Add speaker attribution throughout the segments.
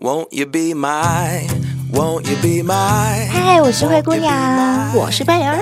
Speaker 1: Won't you be my? Won't you be my?
Speaker 2: 嗨，我是灰姑娘，
Speaker 3: 我是贝儿，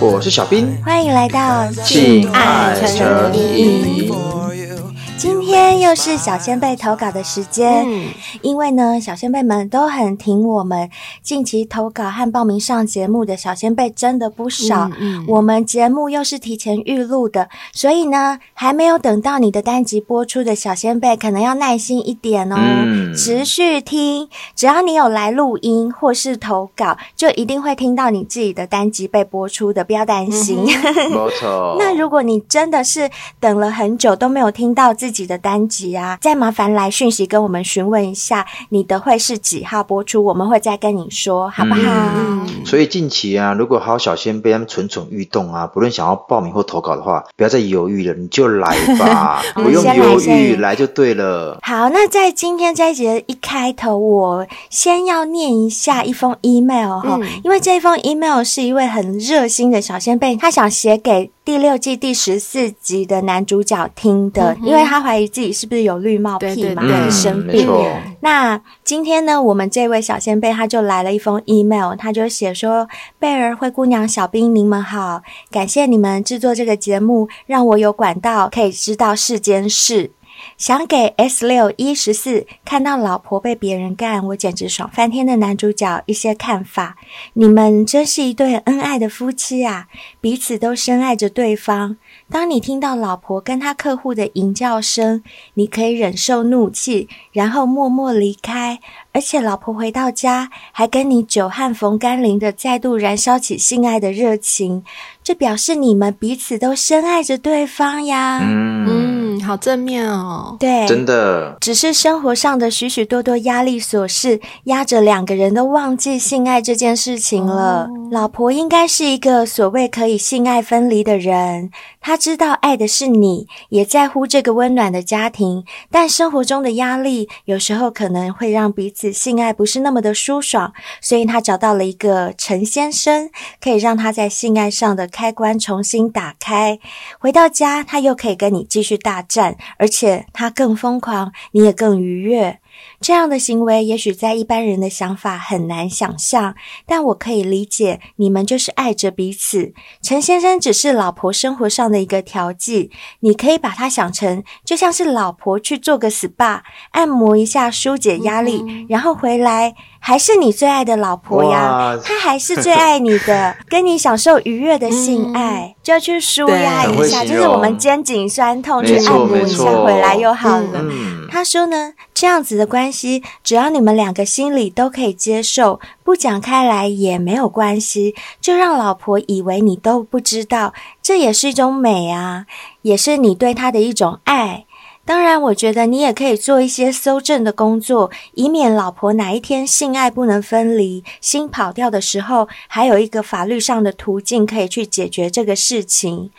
Speaker 4: 我是小兵，
Speaker 2: 欢迎来到
Speaker 4: 敬爱成瘾。
Speaker 1: For you.
Speaker 2: 今天又是小先辈投稿的时间，
Speaker 3: 嗯
Speaker 2: 因为呢，小先辈们都很挺我们，近期投稿和报名上节目的小先辈真的不少。
Speaker 3: 嗯
Speaker 2: 我们节目又是提前预录的，所以呢，还没有等到你的单集播出的小先辈，可能要耐心一点哦。
Speaker 4: 嗯
Speaker 2: 持续听，只要你有来录音或是投稿，就一定会听到你自己的单集被播出的，不要担
Speaker 3: 嗯
Speaker 2: 心。
Speaker 4: 没错。
Speaker 2: 那如果你真的是等了很久都没有听到自己的单集啊，再麻烦来讯息跟我们询问一下你的会是几号播出，我们会再跟你说，好不好？
Speaker 4: 嗯所以近期啊，如果还有小仙贝他们蠢蠢欲动啊，不论想要报名或投稿的话，不要再犹豫了，你就来 吧，
Speaker 2: 嗯
Speaker 4: 不用
Speaker 2: 先来
Speaker 4: 犹豫，
Speaker 2: 先
Speaker 4: 来就对了。
Speaker 2: 好，那在今天这一集的一开头，我先要念一下一封 email 哈、
Speaker 3: 嗯
Speaker 2: 因为这一封 email 是一位很热心的小先辈，他想写给第六季第十四集的男主角听的，
Speaker 3: 嗯哼
Speaker 2: 因为他怀疑自己是不是有绿帽
Speaker 3: 对
Speaker 2: 癖嘛，
Speaker 3: 对对
Speaker 2: 还
Speaker 4: 嗯，
Speaker 2: 是生
Speaker 4: 没
Speaker 2: 病。
Speaker 4: 错，
Speaker 2: 那今天呢，我们这位小先辈他就来了一封 email，他就写说：“贝儿、灰姑娘、小兵，你们好，感谢你们制作这个节目，让我有管道可以知道世间事。想给 S 六一十四看到老婆被别人干，我简直爽翻天的男主角一些看法。你们真是一对恩爱的夫妻啊，彼此都深爱着对方。当你听到老婆跟她客户的吟叫声，你可以忍受怒气，然后默默离开。而且老婆回到家，还跟你久旱逢甘霖的再度燃烧起性爱的热情，这表示你们彼此都深爱着对方呀。
Speaker 4: 嗯，
Speaker 3: 嗯，好正面哦。
Speaker 2: 对，
Speaker 4: 真的，
Speaker 2: 只是生活上的许许多多压力琐事，压着两个人都忘记性爱这件事情了。老婆应该是一个所谓可以性爱分离的人，她知道爱的是你，也在乎这个温暖的家庭，但生活中的压力有时候可能会让彼此性爱不是那么的舒爽，所以她找到了一个陈先生，可以让她在性爱上的开关重新打开。回到家，他又可以跟你继续大战，而且他更疯狂，你也更愉悦。这样的行为，也许在一般人的想法很难想象，但我可以理解，你们就是爱着彼此。陈先生只是老婆生活上的一个调剂，你可以把它想成就像是老婆去做个 SPA，按摩一下疏解压力，然后回来还是你最爱的老婆呀。
Speaker 4: 哇，
Speaker 2: 他还是最爱你 的，跟你享受愉悦的性爱，就去舒压
Speaker 4: 嗯对
Speaker 2: 一下，就
Speaker 4: 很会形
Speaker 2: 是
Speaker 4: 容
Speaker 2: 我们肩颈酸痛去
Speaker 4: 没
Speaker 2: 按
Speaker 4: 错
Speaker 2: 摩一
Speaker 4: 没
Speaker 2: 下，
Speaker 4: 错
Speaker 2: 回来又好了。
Speaker 4: 嗯，
Speaker 2: 他说呢，这样子的关系，只要你们两个心里都可以接受，不讲开来也没有关系，就让老婆以为你都不知道，这也是一种美啊，也是你对她的一种爱。当然，我觉得你也可以做一些搜证的工作，以免老婆哪一天性爱不能分离，心跑掉的时候，还有一个法律上的途径可以去解决这个事情。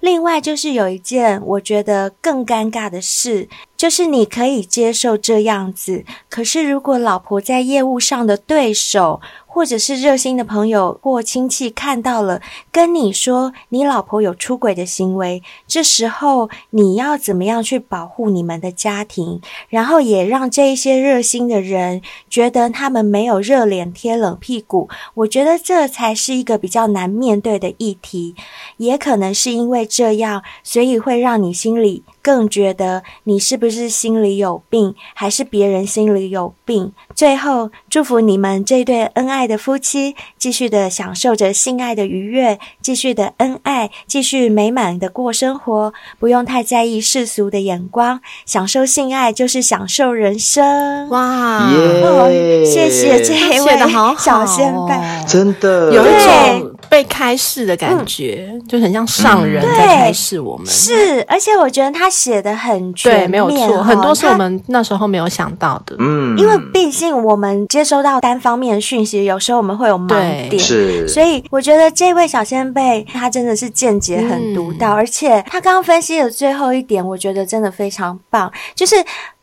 Speaker 2: 另外，就是有一件我觉得更尴尬的事，就是你可以接受这样子，可是如果老婆在业务上的对手，或者是热心的朋友或亲戚看到了，跟你说你老婆有出轨的行为，这时候你要怎么样去保护你们的家庭，然后也让这一些热心的人觉得他们没有热脸贴冷屁股？我觉得这才是一个比较难面对的议题。也可能是因为这样，所以会让你心里更觉得你是不是心里有病，还是别人心里有病。最后，祝福你们这对恩爱的夫妻，继续的享受着性爱的愉悦，继续的恩爱，继续美满的过生活，不用太在意世俗的眼光，享受性爱就是享受人生。
Speaker 3: 哇，
Speaker 2: 哦
Speaker 4: 耶，
Speaker 2: 谢谢这一
Speaker 3: 写
Speaker 2: 位
Speaker 3: 的好好、哦，
Speaker 2: 小先辈。
Speaker 4: 真的
Speaker 3: 有一
Speaker 2: 对
Speaker 3: 种被开示的感觉，就很像上人
Speaker 2: 嗯
Speaker 3: 在开示我们。
Speaker 2: 是，而且我觉得他写的很全面
Speaker 3: 对，没有
Speaker 2: 哦
Speaker 3: 错，很多是
Speaker 2: 他
Speaker 3: 我们那时候没有想到的。
Speaker 4: 嗯，
Speaker 2: 因为毕竟我们接收到单方面的讯息，有时候我们会有盲
Speaker 3: 对
Speaker 2: 点。
Speaker 4: 是，
Speaker 2: 所以我觉得这位小先辈他真的是见解
Speaker 3: 嗯
Speaker 2: 很独到，而且他刚刚分析的最后一点，我觉得真的非常棒，就是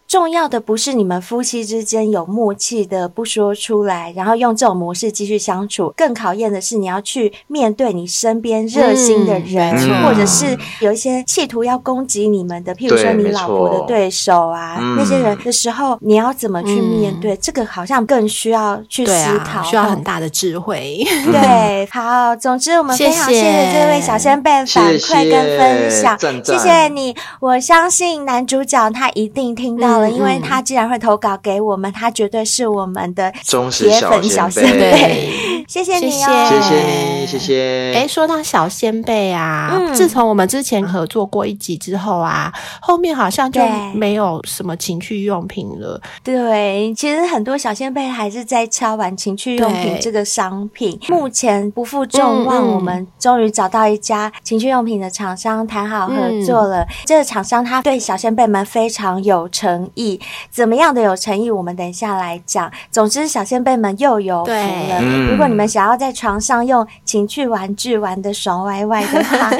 Speaker 2: 重要的不是你们夫妻之间有默契的不说出来，然后用这种模式继续相处。更考验的是你要去面对你身边热心的人，
Speaker 3: 嗯没
Speaker 4: 错
Speaker 2: 或者是有一些企图要攻击你们的，譬如说
Speaker 4: 对
Speaker 2: 你
Speaker 4: 没
Speaker 2: 老婆的
Speaker 4: 错
Speaker 2: 对手啊，
Speaker 4: 嗯
Speaker 2: 那些人的时候，你要怎么去面
Speaker 3: 嗯
Speaker 2: 对？这个好像更需要去
Speaker 3: 对
Speaker 2: 思考，
Speaker 3: 啊，需要很大的智慧。
Speaker 4: 嗯
Speaker 2: 对，好，总之我们非常谢
Speaker 3: 谢谢
Speaker 2: 谢这位小先辈反
Speaker 4: 谢
Speaker 2: 馈跟分享，
Speaker 4: 赞
Speaker 2: 谢
Speaker 4: 赞
Speaker 2: 谢你。我相信男主角他一定听到了，
Speaker 3: 嗯
Speaker 2: 因为
Speaker 3: 嗯
Speaker 2: 他既然会投稿给我们，他绝对是我们的
Speaker 4: 忠实
Speaker 2: 铁粉
Speaker 4: 小
Speaker 2: 先
Speaker 4: 先辈
Speaker 2: 辈。谢谢你哦，
Speaker 4: 谢谢你，谢谢。
Speaker 3: 哎，说到小先辈啊，
Speaker 2: 嗯
Speaker 3: 自从我们之前合作过一集之后啊，后面好像就
Speaker 2: 对
Speaker 3: 没有什么情趣用品了。
Speaker 2: 对，其实很多小先辈还是在敲完情趣用品
Speaker 3: 对
Speaker 2: 这个商品。目前不负众望，
Speaker 3: 嗯嗯
Speaker 2: 我们终于找到一家情趣用品的厂商谈好合作
Speaker 3: 嗯
Speaker 2: 了。这个厂商他对小先辈们非常有诚意，怎么样的有诚意，我们等一下来讲。总之，小先辈们又有福
Speaker 3: 对
Speaker 2: 了。
Speaker 4: 嗯
Speaker 2: 如果你们想要在床上用情趣玩具玩的爽歪歪的 话，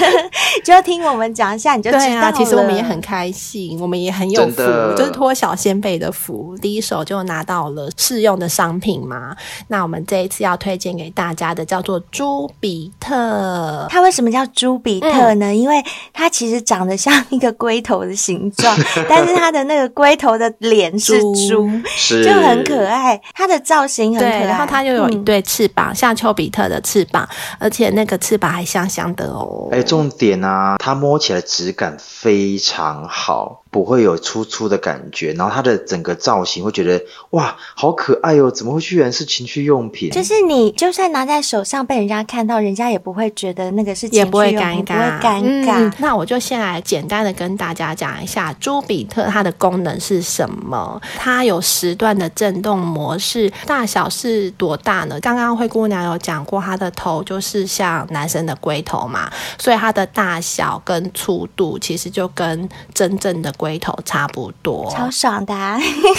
Speaker 2: 就听我们讲一下，你就知道
Speaker 3: 对
Speaker 2: 了。
Speaker 3: 啊，其实我们也很开心，我们也很有福
Speaker 4: 真的，
Speaker 3: 就是托小先辈的福，第一手就拿到了试用的商品嘛。那我们这一次要推荐给大家的叫做朱比特，
Speaker 2: 它为什么叫朱比特
Speaker 3: 嗯
Speaker 2: 呢？因为它其实长得像一个龟头的形状，但是它的那个龟头的脸是猪
Speaker 3: 猪，
Speaker 4: 是
Speaker 2: 就很可。爱。它的造型很可
Speaker 3: 对，
Speaker 2: 爱，
Speaker 3: 然后它又有一
Speaker 2: 嗯
Speaker 3: 对翅膀，像丘比特的翅膀，而且那个翅膀还香香的哦。
Speaker 4: 哎，重点啊，它摸起来质感非常好，不会有粗粗的感觉。然后它的整个造型会觉得哇，好可爱哦！怎么会居然是情趣用品？
Speaker 2: 就是你就算拿在手上被人家看到，人家也不会觉得那个是情
Speaker 3: 也
Speaker 2: 趣
Speaker 3: 啊不会
Speaker 2: 用
Speaker 3: 尴
Speaker 2: 品
Speaker 3: 尬，
Speaker 2: 不会尴
Speaker 3: 嗯
Speaker 2: 尬。
Speaker 3: 那我就先来简单的跟大家讲一下朱比特它的功能是什么。它有时段的震动模式，大小是多大呢？刚刚灰姑娘有讲过，它的头就是像男生的龟头嘛，所以它的大小跟粗度其实就跟真正的龟头差不多。
Speaker 2: 超爽的、啊，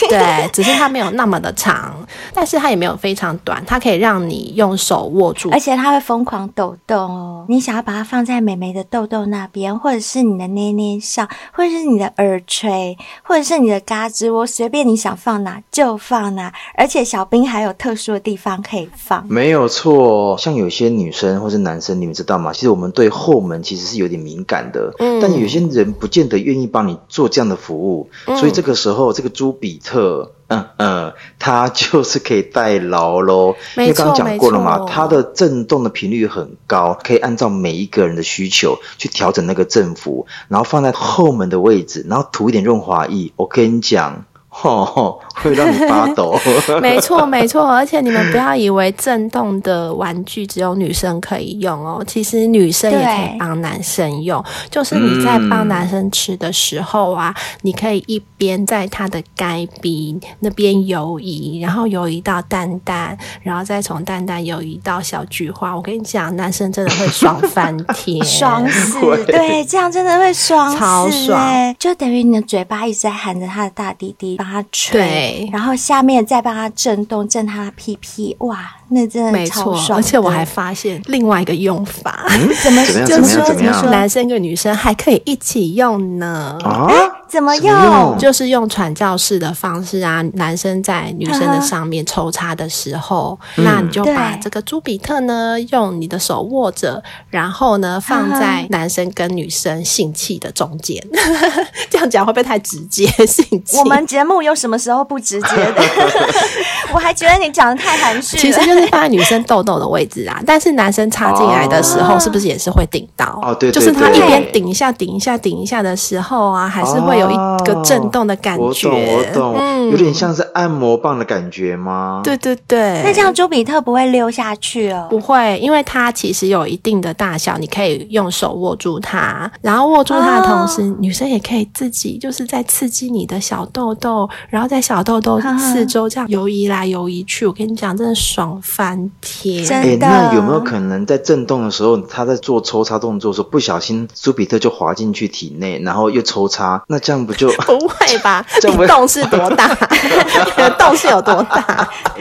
Speaker 3: 对，只是它没有那么的长，但是它也没有非常短，它可以让你用手握住
Speaker 2: 而且它会疯狂抖动哦。你想要把它放在美眉的痘痘那边，或者是你的捏捏上，或者是你的耳垂，或者是你的嘎吱窝，随便你想放哪就放哪。而且小兵还有特殊的地方可以放。
Speaker 4: 没有错，像有些女生或是男生，你们知道吗？其实我们对后门其实是有点敏感的，
Speaker 3: 嗯
Speaker 4: 但有些人不见得愿意帮你做这样的服务，
Speaker 3: 嗯
Speaker 4: 所以这个时候这个朱比特，嗯嗯，他就是可以代劳喽。因
Speaker 3: 没错
Speaker 4: 为刚刚讲过了嘛
Speaker 3: 没，错
Speaker 4: 它的震动的频率很高，可以按照每一个人的需求去调整那个振幅，然后放在后门的位置，然后涂一点润滑液。我跟你讲，吼、吼，会让你发抖。
Speaker 3: 没错，没错，而且你们不要以为震动的玩具只有女生可以用哦，其实女生也可
Speaker 2: 对
Speaker 3: 以帮男生用。就是你在帮男生吃的时候啊，你可以一边在他的该鼻那边游移，然后游移到蛋蛋，然后再从蛋蛋游移到小菊花。我跟你讲，男生真的会爽翻天，
Speaker 2: 爽死！
Speaker 4: 会
Speaker 2: 对，这样真的会爽死、欸，
Speaker 3: 超爽
Speaker 2: 就等于你的嘴巴一直在含着他的大弟弟，帮他吹，
Speaker 3: 对
Speaker 2: 然后下面再帮他震动，震他的屁屁，哇，那真的
Speaker 3: 没
Speaker 2: 超
Speaker 3: 错，
Speaker 2: 爽的。
Speaker 3: 而且我还发现另外一个用法，
Speaker 2: 怎么
Speaker 4: 怎么样？
Speaker 2: 怎
Speaker 4: 怎
Speaker 2: 么
Speaker 4: 么
Speaker 2: 说
Speaker 4: 样？怎么
Speaker 2: 怎么说
Speaker 4: 样？
Speaker 3: 男生跟女生还可以一起用呢。
Speaker 4: 啊？
Speaker 2: 怎么
Speaker 4: 怎么用
Speaker 2: 用？
Speaker 3: 就是用传教士的方式啊，男生在女生的上面抽插的时候，
Speaker 4: 嗯
Speaker 3: 那你就把
Speaker 2: 对
Speaker 3: 这个朱比特呢，用你的手握着，然后呢放在男生跟女生性器的中间。 这样讲会不会太直接？性 器
Speaker 2: 我们节目有什么时候不直接的？ 我还觉得你讲的太含蓄了。
Speaker 3: 其实就是放在女生痘痘的位置啊，但是男生插进来的时候，
Speaker 2: 哦
Speaker 3: 是不是也是会顶到？
Speaker 4: 哦对对
Speaker 3: 就是他
Speaker 4: 对
Speaker 3: 一边顶一下、顶一下、顶一下的时候啊，还是会有一个震动的感
Speaker 4: 我
Speaker 3: 觉。
Speaker 4: 懂，哦我懂，
Speaker 3: 嗯
Speaker 4: 有点像是按摩棒的感觉吗？
Speaker 3: 对对对，
Speaker 2: 那这样朱比特不会溜下去哦。
Speaker 3: 不会，因为它其实有一定的大小，你可以用手握住它，然后握住它的同时，女生也可以自己就是在刺激你的小痘痘，然后在小痘痘
Speaker 2: 哈哈
Speaker 3: 四周这样游移来游移去。我跟你讲，真的爽翻天！
Speaker 2: 真
Speaker 4: 哎，
Speaker 2: 的
Speaker 4: 那有没有可能在震动的时候，他在做抽插动作的时候，不小心苏比特就滑进去体内，然后又抽插？那这样不 就
Speaker 3: 不会吧？
Speaker 4: 这样不会
Speaker 3: 你洞是多大？你的洞是有多大？
Speaker 4: 哎、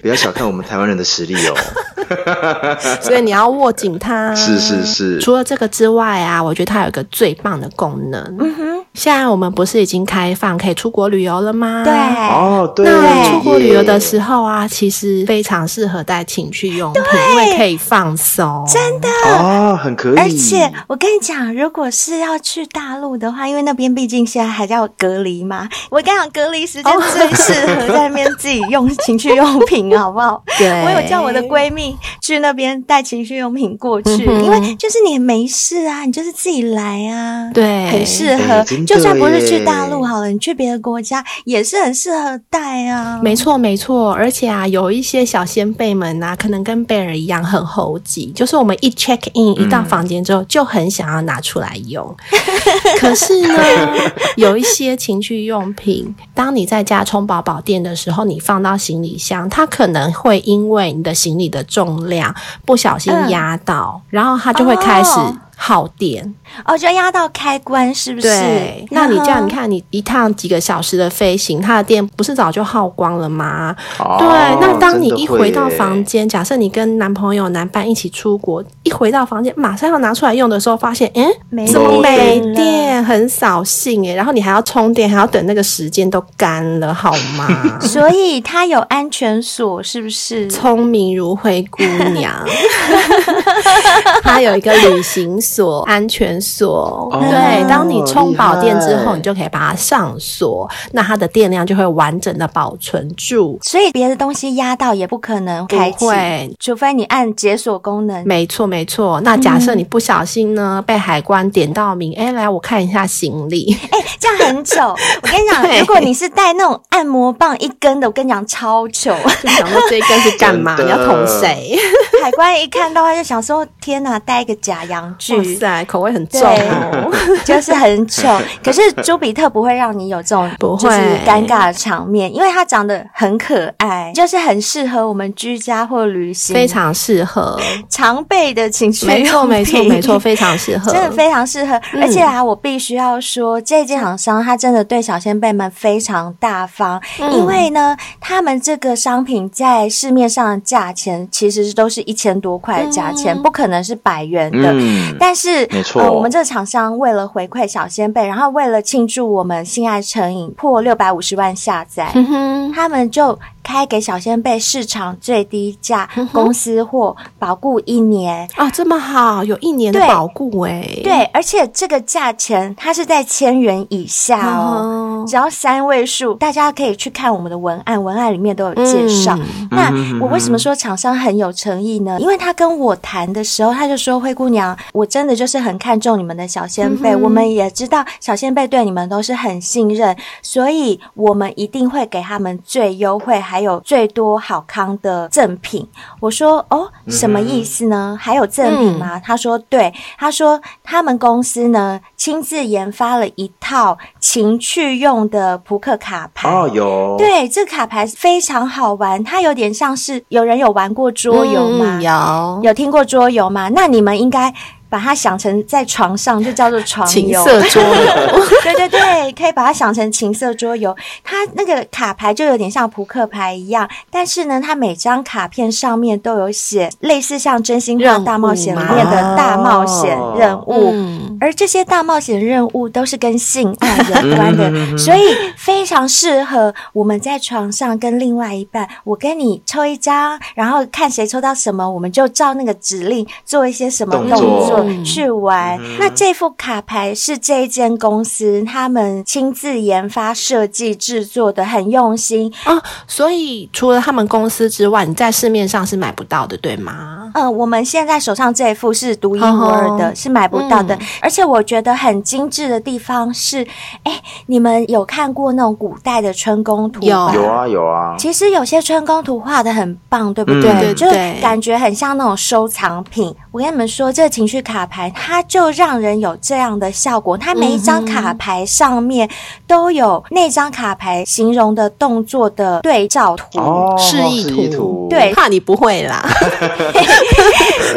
Speaker 4: 不要小看我们台湾人的实力 哦。
Speaker 3: 所以你要握紧它。
Speaker 4: 是是是
Speaker 3: 除了这个之外啊，我觉得它有一个最棒的功能。嗯哼，现在我们不是已经开放可以出国旅游了吗？
Speaker 2: 对，
Speaker 4: 哦，对，
Speaker 3: 哎那出国旅游的
Speaker 4: 时
Speaker 3: 时候啊，其实非常适合带情趣用品，因为可以放松。真的，
Speaker 4: 哦，很可以，
Speaker 2: 而且我跟你讲，如果是要去大陆的话，因为那边毕竟现在还叫隔离嘛，我跟你讲，隔离时间最适合在那边自己用情趣用品，好不 好？
Speaker 3: 对
Speaker 2: 我有叫我的闺蜜去那边带情趣用品过去，
Speaker 3: 嗯哼
Speaker 2: 因为就是你也没事啊，你就是自己来啊，，
Speaker 3: 对，
Speaker 2: 很适合。
Speaker 4: 哎真的
Speaker 2: 就算不是去大
Speaker 4: 耶
Speaker 2: 陆好了，你去别的国家也是很适合带啊。
Speaker 3: 没错，没错，而且啊，有一些小先辈们啊，可能跟贝尔一样很猴急，就是我们一 check
Speaker 2: 嗯
Speaker 3: in 一到房间之后，就很想要拿出来 用。可是呢，有一些情趣用品，当你在家充饱饱电的时候，你放到行李箱，它可能会因为你的行李的重量不小心
Speaker 2: 嗯
Speaker 3: 压到，然后它就会开始
Speaker 2: 哦
Speaker 3: 耗电。
Speaker 2: 哦，就压到开关是不是
Speaker 3: 对，？那你这样，
Speaker 2: 嗯
Speaker 3: 你看你一趟几个小时的飞行，它的电不是早就耗光了吗？
Speaker 4: 哦
Speaker 3: 对，那当你
Speaker 4: 真的
Speaker 3: 一
Speaker 4: 会
Speaker 3: 回到房
Speaker 4: 耶
Speaker 3: 间，假设你跟男朋友、男伴一起出国，一回到房间马上要拿出来用的时候，发现，嗯，
Speaker 2: 没
Speaker 3: 怎么没
Speaker 2: 电了？
Speaker 3: 电，很扫兴哎。然后你还要充电，还要等那个时间都干了，好吗
Speaker 2: 所以它有安全锁，是不是？
Speaker 3: 聪明如灰姑娘， 它有一个旅行锁、安全锁。
Speaker 4: 哦
Speaker 3: 对，当你充饱电之
Speaker 4: 厉
Speaker 3: 后，
Speaker 4: 害
Speaker 3: 你就可以把它上锁，那它的电量就会完整的保存住。
Speaker 2: 所以别的东西压到也不可能
Speaker 3: 不
Speaker 2: 开启，
Speaker 3: 会
Speaker 2: 除非你按解锁功能。
Speaker 3: 没错，没错。那假设你不小心呢，被海关点到名，哎，来我看一下行李，
Speaker 2: 哎、这样很 丑。我跟你讲，
Speaker 3: 对
Speaker 2: 如果你是带那种按摩棒一根的，我跟你讲超 糗。
Speaker 3: 就想说这一根是干嘛？
Speaker 4: 真
Speaker 3: 你
Speaker 4: 的
Speaker 3: 要捅谁？
Speaker 2: 海关一看到，他就想说：“天哪，带一个假洋
Speaker 3: 哇
Speaker 2: 具。”
Speaker 3: 塞，口味很重哦。
Speaker 2: 对，就是很糗。可是朱比特不会让你有这种
Speaker 3: 不会
Speaker 2: 就是尴尬的场面，因为他长得很可爱，就是很适合我们居家或旅行
Speaker 3: 非常适合，
Speaker 2: 常备的情绪
Speaker 3: 没错，没错，没 错，非常适合，嗯
Speaker 2: 真的非常适合，而且啊，我必须要说，这间厂商它真的对小先辈们非常大方，
Speaker 3: 嗯
Speaker 2: 因为呢，他们这个商品在市面上的价钱其实都是一千多块的价
Speaker 3: 嗯
Speaker 2: 钱，不可能是百元的。
Speaker 4: 嗯，
Speaker 2: 但是，
Speaker 4: 没错
Speaker 2: 呃，我们这个厂商为了回馈小先辈，然后为了庆祝我们《性爱成瘾》破六百五十万下载，
Speaker 3: 嗯哼，
Speaker 2: 他们就开给小先辈市场最低价，
Speaker 4: 嗯
Speaker 2: 公司货保固一年。
Speaker 3: 啊，这么好，有一年的
Speaker 2: 对
Speaker 3: 保固哎、，
Speaker 2: 对，而且这个价钱它是在千元以下
Speaker 4: 嗯
Speaker 2: 哦。
Speaker 3: 哦，
Speaker 2: 只要三位数，大家可以去看我们的文案，文案里面都有介绍。
Speaker 3: 嗯
Speaker 2: 那我为什么说厂商很有诚意呢？因为他跟我谈的时候，他就说：“灰姑娘，我真的就是很看重你们的小先辈，我们也知道小先辈对你们都是很信任，所以我们一定会给他们最优惠，还有最多好康的赠品。”我说：“哦，什么意思呢？还有赠品吗？”他说：“对，他说他们公司呢亲自研发了一套情趣用的扑克卡牌。
Speaker 4: 哦有，
Speaker 2: 对，这卡牌非常好玩，它有点像是有人有玩过桌游吗？
Speaker 3: 嗯有
Speaker 2: 有听过桌游吗？那你们应该把它想成在床上，就叫做床
Speaker 3: 情
Speaker 2: 游。
Speaker 3: 色 桌游，
Speaker 2: 对对对，可以把它想成情色桌游。它那个卡牌就有点像扑克牌一样，但是呢，它每张卡片上面都有写类似像《真心话
Speaker 3: 任务
Speaker 2: 大冒险》
Speaker 3: 吗
Speaker 2: 里面的大冒险
Speaker 4: 哦
Speaker 2: 任务。
Speaker 3: 嗯，
Speaker 2: 而这些大冒险任务都是跟性爱有关 的，所以非常适合我们在床上跟另外一半，我跟你抽一张，然后看谁抽到什么，我们就照那个指令做一些什么动
Speaker 4: 动
Speaker 3: 作
Speaker 2: 作去玩。那这副卡牌是这一间公司他们亲自研发、设计、制作的，很用心。
Speaker 3: 啊，所以除了他们公司之外，你在市面上是买不到的，对吗？
Speaker 2: 呃，我们现在手上这一副是独一无二的，
Speaker 3: 哦
Speaker 2: 是买不到
Speaker 4: 嗯
Speaker 2: 的。而且我觉得很精致的地方是，哎，你们有看过那种古代的春宫图
Speaker 3: 有
Speaker 2: 吧？
Speaker 4: 有啊有啊，
Speaker 2: 其实有些春宫图画的很棒，对不
Speaker 4: 嗯
Speaker 2: 对？
Speaker 4: 对对
Speaker 2: 就是
Speaker 3: 对
Speaker 2: 感觉很像那种收藏品。我跟你们说，这个情绪卡卡牌，它就让人有这样的效果。它每一张卡牌上面都有那张卡牌形容的动作的对照图。
Speaker 4: 哦，
Speaker 3: 示意
Speaker 4: 示意
Speaker 3: 图
Speaker 4: 图，
Speaker 2: 对
Speaker 3: 怕你不会 啦，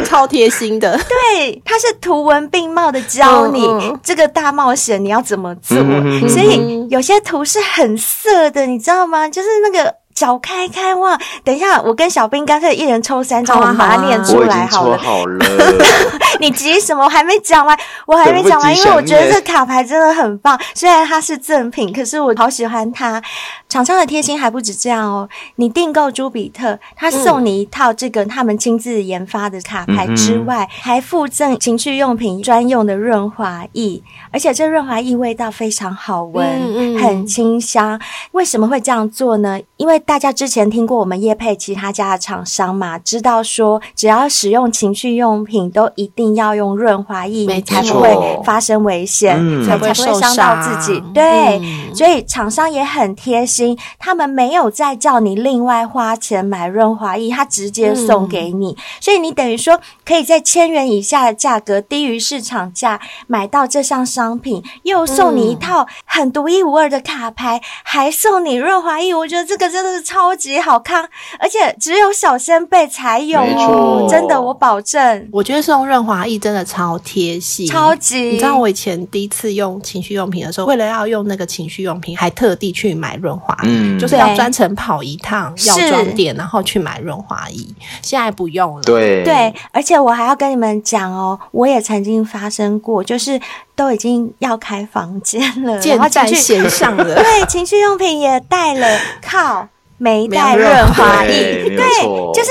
Speaker 3: 超贴心的。
Speaker 2: 对，它是图文并茂的教你、
Speaker 3: 嗯嗯
Speaker 2: 这个大冒险你要怎么做，
Speaker 4: 嗯哼哼
Speaker 2: 所以有些图是很色的，你知道吗？就是那个。脚开开哇！等一下，我跟小兵干脆一人抽三张，
Speaker 3: 好啊
Speaker 2: 我们把
Speaker 3: 好
Speaker 2: 它
Speaker 3: 啊
Speaker 2: 念出
Speaker 4: 我已
Speaker 2: 来
Speaker 4: 经
Speaker 2: 好了。
Speaker 4: 搓好了，
Speaker 2: 你急什么？我还没讲完，我还没讲完，
Speaker 4: 等不及
Speaker 2: 因为我觉得
Speaker 4: 想
Speaker 2: 这
Speaker 4: 念
Speaker 2: 卡牌真的很棒。虽然它是赠品，可是我好喜欢它。厂商的贴心还不止这样哦，你订购朱比特，他送
Speaker 4: 嗯
Speaker 2: 你一套这个他们亲自研发的卡牌
Speaker 4: 嗯哼
Speaker 2: 之外，还附赠情趣用品专用的润滑液，而且这润滑液味道非常好闻，
Speaker 3: 嗯嗯
Speaker 2: 很清香。为什么会这样做呢？因为大家之前听过我们叶配其他家的厂商嘛，知道说只要使用情趣用品，都一定要用润滑液，
Speaker 3: 没
Speaker 2: 你才不
Speaker 3: 错
Speaker 2: 会发生危险，
Speaker 4: 嗯
Speaker 2: 才不会
Speaker 3: 才不会
Speaker 2: 伤到自
Speaker 3: 受
Speaker 2: 己
Speaker 3: 伤。
Speaker 2: 对，
Speaker 3: 嗯
Speaker 2: 所以厂商也很贴心，他们没有再叫你另外花钱买润滑液，他直接
Speaker 3: 嗯
Speaker 2: 送给你，所以你等于说可以在千元以下的价格，低于市场价买到这项商品，又送你一套很独一无二的卡牌，还送你润滑液，我觉得这个真的是超级好看，而且只有小仙贝才有
Speaker 4: 没
Speaker 2: 哦，
Speaker 4: 错
Speaker 2: 真的，我保证。
Speaker 3: 我觉得送润滑液真的超贴心，
Speaker 2: 超级，
Speaker 3: 你知道我以前第一次用情绪用品的时候，为了要用那个情绪用品，还特地去买润滑液，
Speaker 4: 嗯
Speaker 3: 就是要
Speaker 2: 对
Speaker 3: 专程跑一趟
Speaker 2: 是
Speaker 3: 药妆店，然后去买润滑液。现在不用了，，
Speaker 4: 对
Speaker 2: 对，而且我还要跟你们讲哦，我也曾经发生过，就是都已经要开房间了，
Speaker 3: 箭
Speaker 2: 然后情
Speaker 3: 在
Speaker 2: 趣
Speaker 3: 弦上 了。
Speaker 2: 对情趣用品也带了，靠，没
Speaker 3: 没
Speaker 2: 带
Speaker 3: 有
Speaker 2: 润滑
Speaker 4: 对
Speaker 2: 液，
Speaker 4: 哎没有错
Speaker 2: 就是。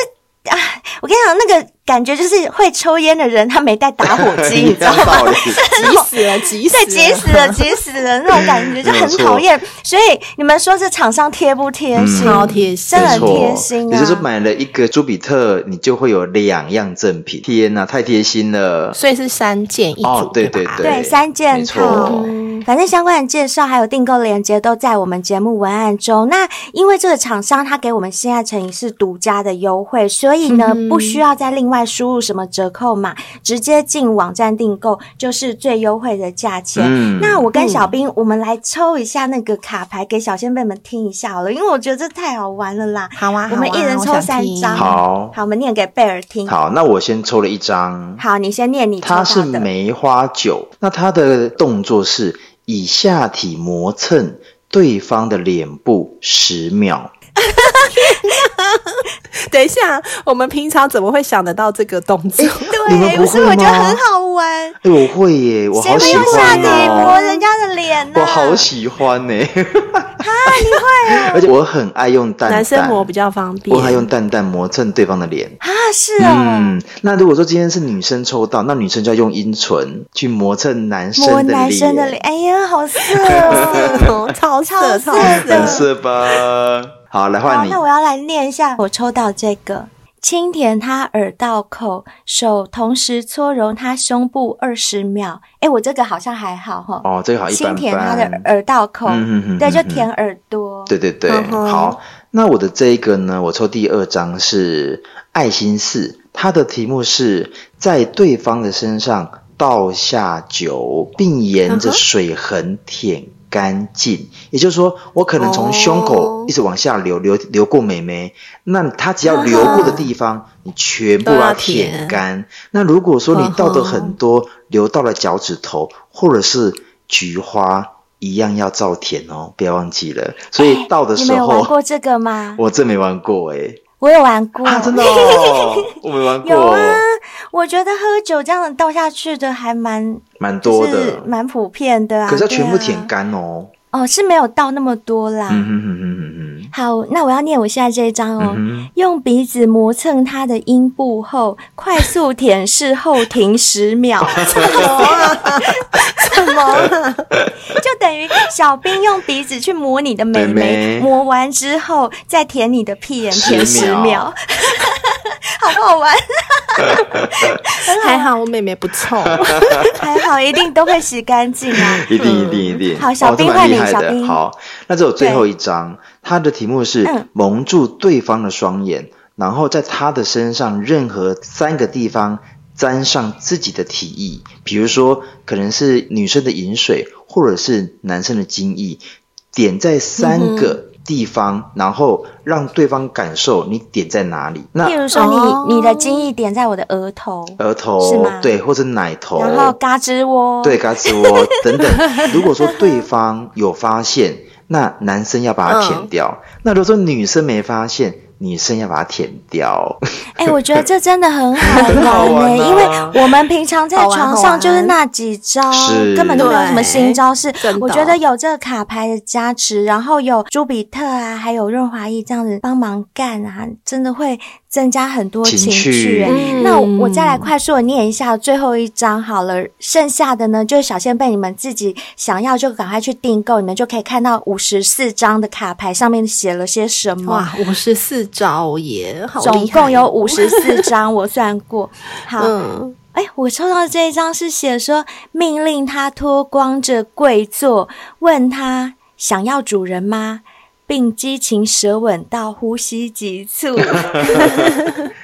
Speaker 2: 啊，我跟你讲，那个感觉就是会抽烟的人，他没带打火 机，你知道吗？
Speaker 4: 道理，
Speaker 3: 急死了，急死
Speaker 2: 对，
Speaker 3: 了！
Speaker 2: 急死 了，急死了，那种感觉就
Speaker 4: 没有
Speaker 2: 很
Speaker 4: 错
Speaker 2: 讨厌。所以你们说这厂商贴不贴心？
Speaker 4: 嗯
Speaker 3: 超贴心
Speaker 2: 真的
Speaker 4: 没
Speaker 2: 很
Speaker 4: 错，
Speaker 2: 贴心
Speaker 4: 也
Speaker 2: 啊！
Speaker 4: 就是买了一个朱比特，你就会有两样赠品。天呐，太贴心了！
Speaker 3: 所以是三件一组，
Speaker 4: 哦对
Speaker 3: 对吧
Speaker 4: 对
Speaker 2: 对，三件
Speaker 4: 没
Speaker 2: 套嗯
Speaker 4: 错。
Speaker 2: 反正相关的介绍还有订购链接都在我们节目文案中。那因为这个厂商他给我们新爱成瘾是独家的优惠，所以呢、
Speaker 3: 嗯
Speaker 2: 不需要再另外输入什么折扣码，直接进网站订购就是最优惠的价钱。
Speaker 4: 嗯
Speaker 2: 那我跟小兵，我们来抽一下那个卡牌给小先辈们听一下好了，因为我觉得这太好玩了啦。
Speaker 3: 好啊，好啊
Speaker 2: 我们一人抽三张。
Speaker 3: 我想听
Speaker 4: 好
Speaker 2: 好，我们念给贝尔听。
Speaker 4: 好，那我先抽了一张，
Speaker 2: 好，你先念你抽
Speaker 4: 它
Speaker 2: 到
Speaker 4: 是
Speaker 2: 的。
Speaker 4: 梅花酒，那它的动作是以下体磨蹭对方的脸部十秒。
Speaker 3: 等一下，我们平常怎么会想得到这个动作？
Speaker 4: 你们
Speaker 2: 对，
Speaker 4: 不
Speaker 2: 所以
Speaker 4: 会
Speaker 2: 我觉得
Speaker 4: 吗
Speaker 2: 很好玩。
Speaker 4: 哎，我会耶，我
Speaker 2: 谁
Speaker 4: 好
Speaker 2: 会
Speaker 4: 喜
Speaker 2: 用下
Speaker 4: 欢
Speaker 2: 体
Speaker 4: 哦
Speaker 2: 摸。人家的脸呢、
Speaker 4: 我好喜欢呢、啊，你会、
Speaker 2: 啊
Speaker 4: 而且我很爱用蛋蛋，
Speaker 3: 男生磨比较方便，
Speaker 4: 我还用蛋蛋磨蹭对方的脸。
Speaker 2: 啊，是哦，
Speaker 4: 嗯，那如果说今天是女生抽到，那女生就要用阴唇去磨蹭男生
Speaker 2: 摸
Speaker 4: 的
Speaker 2: 男生的脸，
Speaker 4: 脸，
Speaker 2: 哎呀，好色哦。
Speaker 3: 超
Speaker 2: 超
Speaker 3: 色超
Speaker 2: 色的
Speaker 3: 色
Speaker 4: 很。色吧？好，来
Speaker 2: 好，
Speaker 4: 换你
Speaker 2: 那。我要来念一下，我抽到这个。轻舔他耳道口，手同时搓揉他胸部二十秒。哎，我这个好像还好哈。
Speaker 4: 哦，这个好一般
Speaker 2: 轻
Speaker 4: 般。
Speaker 2: 舔他的耳道口，
Speaker 4: 嗯嗯嗯嗯
Speaker 2: 对，就
Speaker 4: 嗯
Speaker 2: 舔耳朵。
Speaker 4: 对对对，
Speaker 3: 嗯哼
Speaker 4: 好。那我的这一个呢，我抽第二张是爱心四，它的题目是在对方的身上倒下酒，并沿着
Speaker 3: 嗯哼
Speaker 4: 水痕舔干净。也就是说，我可能从胸
Speaker 3: 哦
Speaker 4: 口一直往下流，流流过美眉，那它只要流过的地方，你全部
Speaker 3: 都要
Speaker 4: 舔
Speaker 3: 舔
Speaker 4: 干。那如果说你倒的
Speaker 3: 嗯哼
Speaker 4: 很多，流到了脚趾头或者是菊花。一样要照舔哦，不要忘记了。所以到的
Speaker 2: 哎你
Speaker 4: 时
Speaker 2: 们有玩
Speaker 4: 候，
Speaker 2: 过这个吗？
Speaker 4: 我真没玩过哎、
Speaker 2: 我有玩过，
Speaker 4: 啊，真的、 哦，我没玩
Speaker 2: 有
Speaker 4: 过
Speaker 2: 啊，。我觉得喝酒这样倒下去的还蛮
Speaker 4: 蛮多
Speaker 2: 就是
Speaker 4: 的，
Speaker 2: 蛮普遍的啊。
Speaker 4: 可是要
Speaker 2: 对
Speaker 4: 全部
Speaker 2: 啊
Speaker 4: 舔干哦。
Speaker 2: 哦，是没有倒那么多啦。
Speaker 4: 嗯哼哼哼哼
Speaker 2: 好，那我要念我现在这一张哦。
Speaker 4: 哼，嗯
Speaker 2: 用鼻子磨蹭他的阴部后，快速舔舐后停十秒， 啊
Speaker 3: 什么？
Speaker 2: 就等于小兵用鼻子去磨你的美
Speaker 4: 妹妹
Speaker 2: 眉，磨完之后再舔你的屁眼，
Speaker 4: 10
Speaker 2: 舔十
Speaker 4: 秒
Speaker 2: 秒， 好不好 玩？
Speaker 3: 还好我妹妹不 臭。
Speaker 2: 还好，一定都会洗干净啊。
Speaker 4: 哼，一定一定一定。
Speaker 2: 好小
Speaker 4: 哦这
Speaker 2: 兵
Speaker 4: 蛮
Speaker 2: 换
Speaker 4: 厉
Speaker 2: 你
Speaker 4: 害
Speaker 2: 小
Speaker 4: 的
Speaker 2: 兵
Speaker 4: 好，那这有最后一张，它的题目是
Speaker 2: 嗯
Speaker 4: 蒙住对方的双眼，然后在他的身上任何三个地方沾上自己的体液，比如说可能是女生的饮水，或者是男生的精液，点在
Speaker 2: 嗯
Speaker 4: 三个地方，然后让对方感受你点在哪里。
Speaker 2: 譬
Speaker 4: 那
Speaker 2: 如说你、
Speaker 3: 哦
Speaker 2: 你的精液点在我的额头，
Speaker 4: 额
Speaker 2: 是
Speaker 4: 头
Speaker 2: 吗
Speaker 4: 对，或者奶头，
Speaker 2: 然后嘎吱窝，
Speaker 4: 哦 对，嘎吱窝等等。如果说对方有发 现，那男生要把它舔掉；那如果说女生没发现，女生要把它舔掉。
Speaker 2: 哎、我觉得这真的很 好玩
Speaker 4: 很好玩
Speaker 2: 呢、
Speaker 4: 啊
Speaker 2: 因为我们平常在
Speaker 3: 好玩
Speaker 2: 床
Speaker 3: 好
Speaker 2: 上
Speaker 3: 玩
Speaker 2: 就是那几招，
Speaker 4: 是
Speaker 2: 根本就没有什么新招式
Speaker 3: 对真。的
Speaker 2: 我觉得有这个卡牌的加持，然后有朱比特啊，还有润滑液这样子帮忙干啊，真的会增加很多
Speaker 4: 情
Speaker 2: 情
Speaker 4: 趣
Speaker 2: 趣、哎
Speaker 3: 嗯
Speaker 2: 那我我再来快速的念一下最后一张好了，剩下的呢就是小仙贝你们自己想要就赶快去订购，你们就可以看到五十四张的卡牌上面写了些什么。
Speaker 3: 哇，五十四招耶，好厉害哦
Speaker 2: 总共有五十 四张，我算过。好，
Speaker 3: 嗯，
Speaker 2: 哎、我抽到这一张是写说命令他脱光着跪坐，问他想要主人吗？并激情舌吻到呼吸急 促。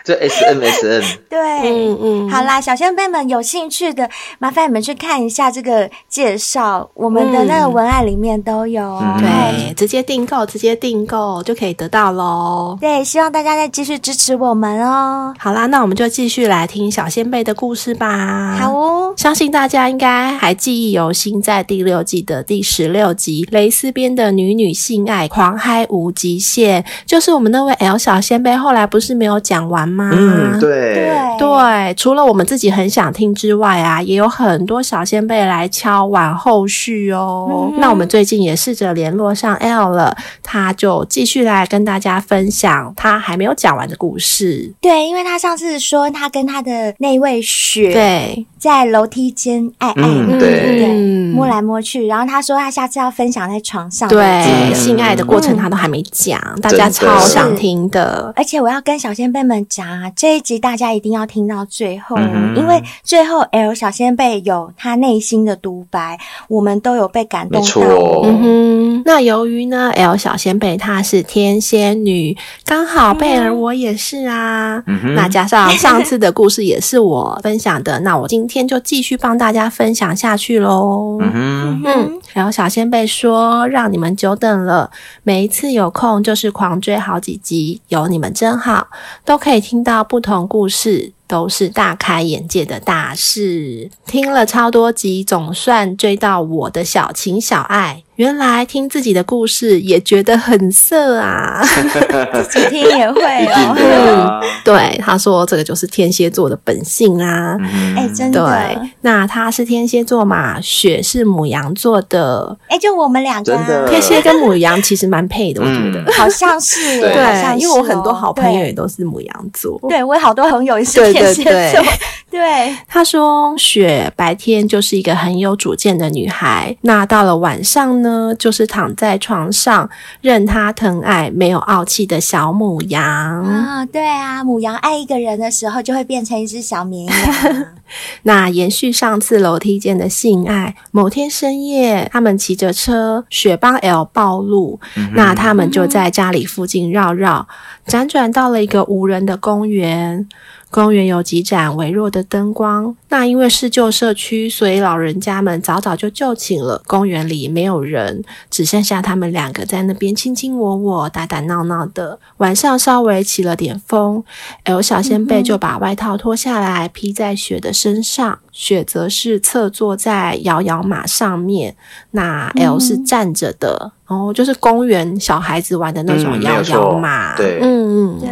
Speaker 4: 这 S M S M
Speaker 2: 对，
Speaker 3: 嗯嗯
Speaker 2: 好啦，小先辈们有兴趣的，麻烦你们去看一下这个介绍，我们的那个文案里面都有哦。
Speaker 4: 嗯
Speaker 3: 对，直接订购，直接订购就可以得到喽。
Speaker 2: 对，希望大家再继续支持我们哦。
Speaker 3: 好啦，那我们就继续来听小仙贝的故事吧。
Speaker 2: 好哦，
Speaker 3: 相信大家应该还记忆犹新，在第六季的第十六集《蕾丝边的女女性爱狂嗨无极限》，就是我们那位 L 小仙贝后来不是没有讲完吗？
Speaker 4: 嗯，
Speaker 2: 对
Speaker 4: 对，
Speaker 2: 哦
Speaker 3: 对，除了我们自己很想听之外啊，也有很多小先辈来敲碗后续哦。那我们最近也试着联络上 L 了，他就继续来跟大家分享他还没有讲完的故事。
Speaker 2: 对，因为他上次说他跟他的那位雪
Speaker 3: 对，
Speaker 2: 在楼梯间爱爱，
Speaker 4: 嗯对
Speaker 3: 嗯
Speaker 2: 摸来摸去。然后他说他下次要分享在床上的经
Speaker 3: 对
Speaker 2: 验，
Speaker 3: 性爱的过程他都还没讲，大家超想听的。
Speaker 2: 而且我要跟小先辈们讲啊，这一集大家一定要听到最后哦，
Speaker 4: 嗯哼
Speaker 2: 因为最后 L 小先辈有他内心的独白，我们都有被感动
Speaker 4: 没
Speaker 2: 到
Speaker 4: 错
Speaker 2: 哦。
Speaker 3: 嗯哼，那由于呢，L 小仙贝她是天仙女，刚好贝尔我也是啊。
Speaker 4: 嗯哼
Speaker 3: 那加上上次的故事也是我分享的， 那我今天就继续帮大家分享下去喽。
Speaker 4: 嗯哼，
Speaker 3: 嗯，然后小仙贝说：“让你们久等了，每一次有空就是狂追好几集，有你们真好，都可以听到不同故事，都是大开眼界的大事。听了超多集，总算追到我的小情小爱。原来听自己的故事也觉得很色啊！
Speaker 2: 嗯自己听也会
Speaker 4: 一定
Speaker 2: 哦，
Speaker 4: 的啊，
Speaker 3: 对，他说这个就是天蝎座的本性啊。
Speaker 4: 嗯哼
Speaker 2: 哎，真的，
Speaker 3: 对，那他是天蝎座嘛，雪是母羊座的，
Speaker 2: 哎，就我们两个啊、
Speaker 4: 真的
Speaker 3: 天蝎跟母羊其实蛮配的，我觉得。
Speaker 4: 嗯，
Speaker 2: 好像是，
Speaker 4: 对
Speaker 2: 好像
Speaker 3: 对，因为我
Speaker 2: 是哦
Speaker 3: 很多好朋友
Speaker 2: 对
Speaker 3: 也都是母羊座。
Speaker 2: 对我有好多朋友也是
Speaker 3: 对
Speaker 2: 天
Speaker 3: 对
Speaker 2: 蝎
Speaker 3: 对
Speaker 2: 座， 对，
Speaker 3: 他说雪白天就是一个很有主见的女孩，那到了晚上呢，就是躺在床上任她疼爱，没有傲气的小母羊。
Speaker 2: 啊，对啊，母羊爱一个人的时候，就会变成一只小绵 羊。啊
Speaker 3: 那延续上次楼梯间的性爱，某天深夜，他们骑着车，雪帮 L 暴露，那他们就在家里附近绕绕，辗转到了一个无人的公园。公园有几盏微弱的灯光，那因为是旧社区，所以老人家们早早就就寝了。公园里没有人，只剩下他们两个在那边卿卿我我、打打闹闹的。晚上稍微起了点风，L 小仙贝就把外套脱下来披在雪的身上，雪则是侧坐在摇摇马上面，那
Speaker 4: 嗯
Speaker 3: L 是站着的，然后、就是公园小孩子玩的那种
Speaker 4: 嗯没
Speaker 3: 摇
Speaker 4: 有
Speaker 3: 摇
Speaker 4: 错
Speaker 3: 马，
Speaker 4: 对
Speaker 3: 嗯嗯，
Speaker 2: 对，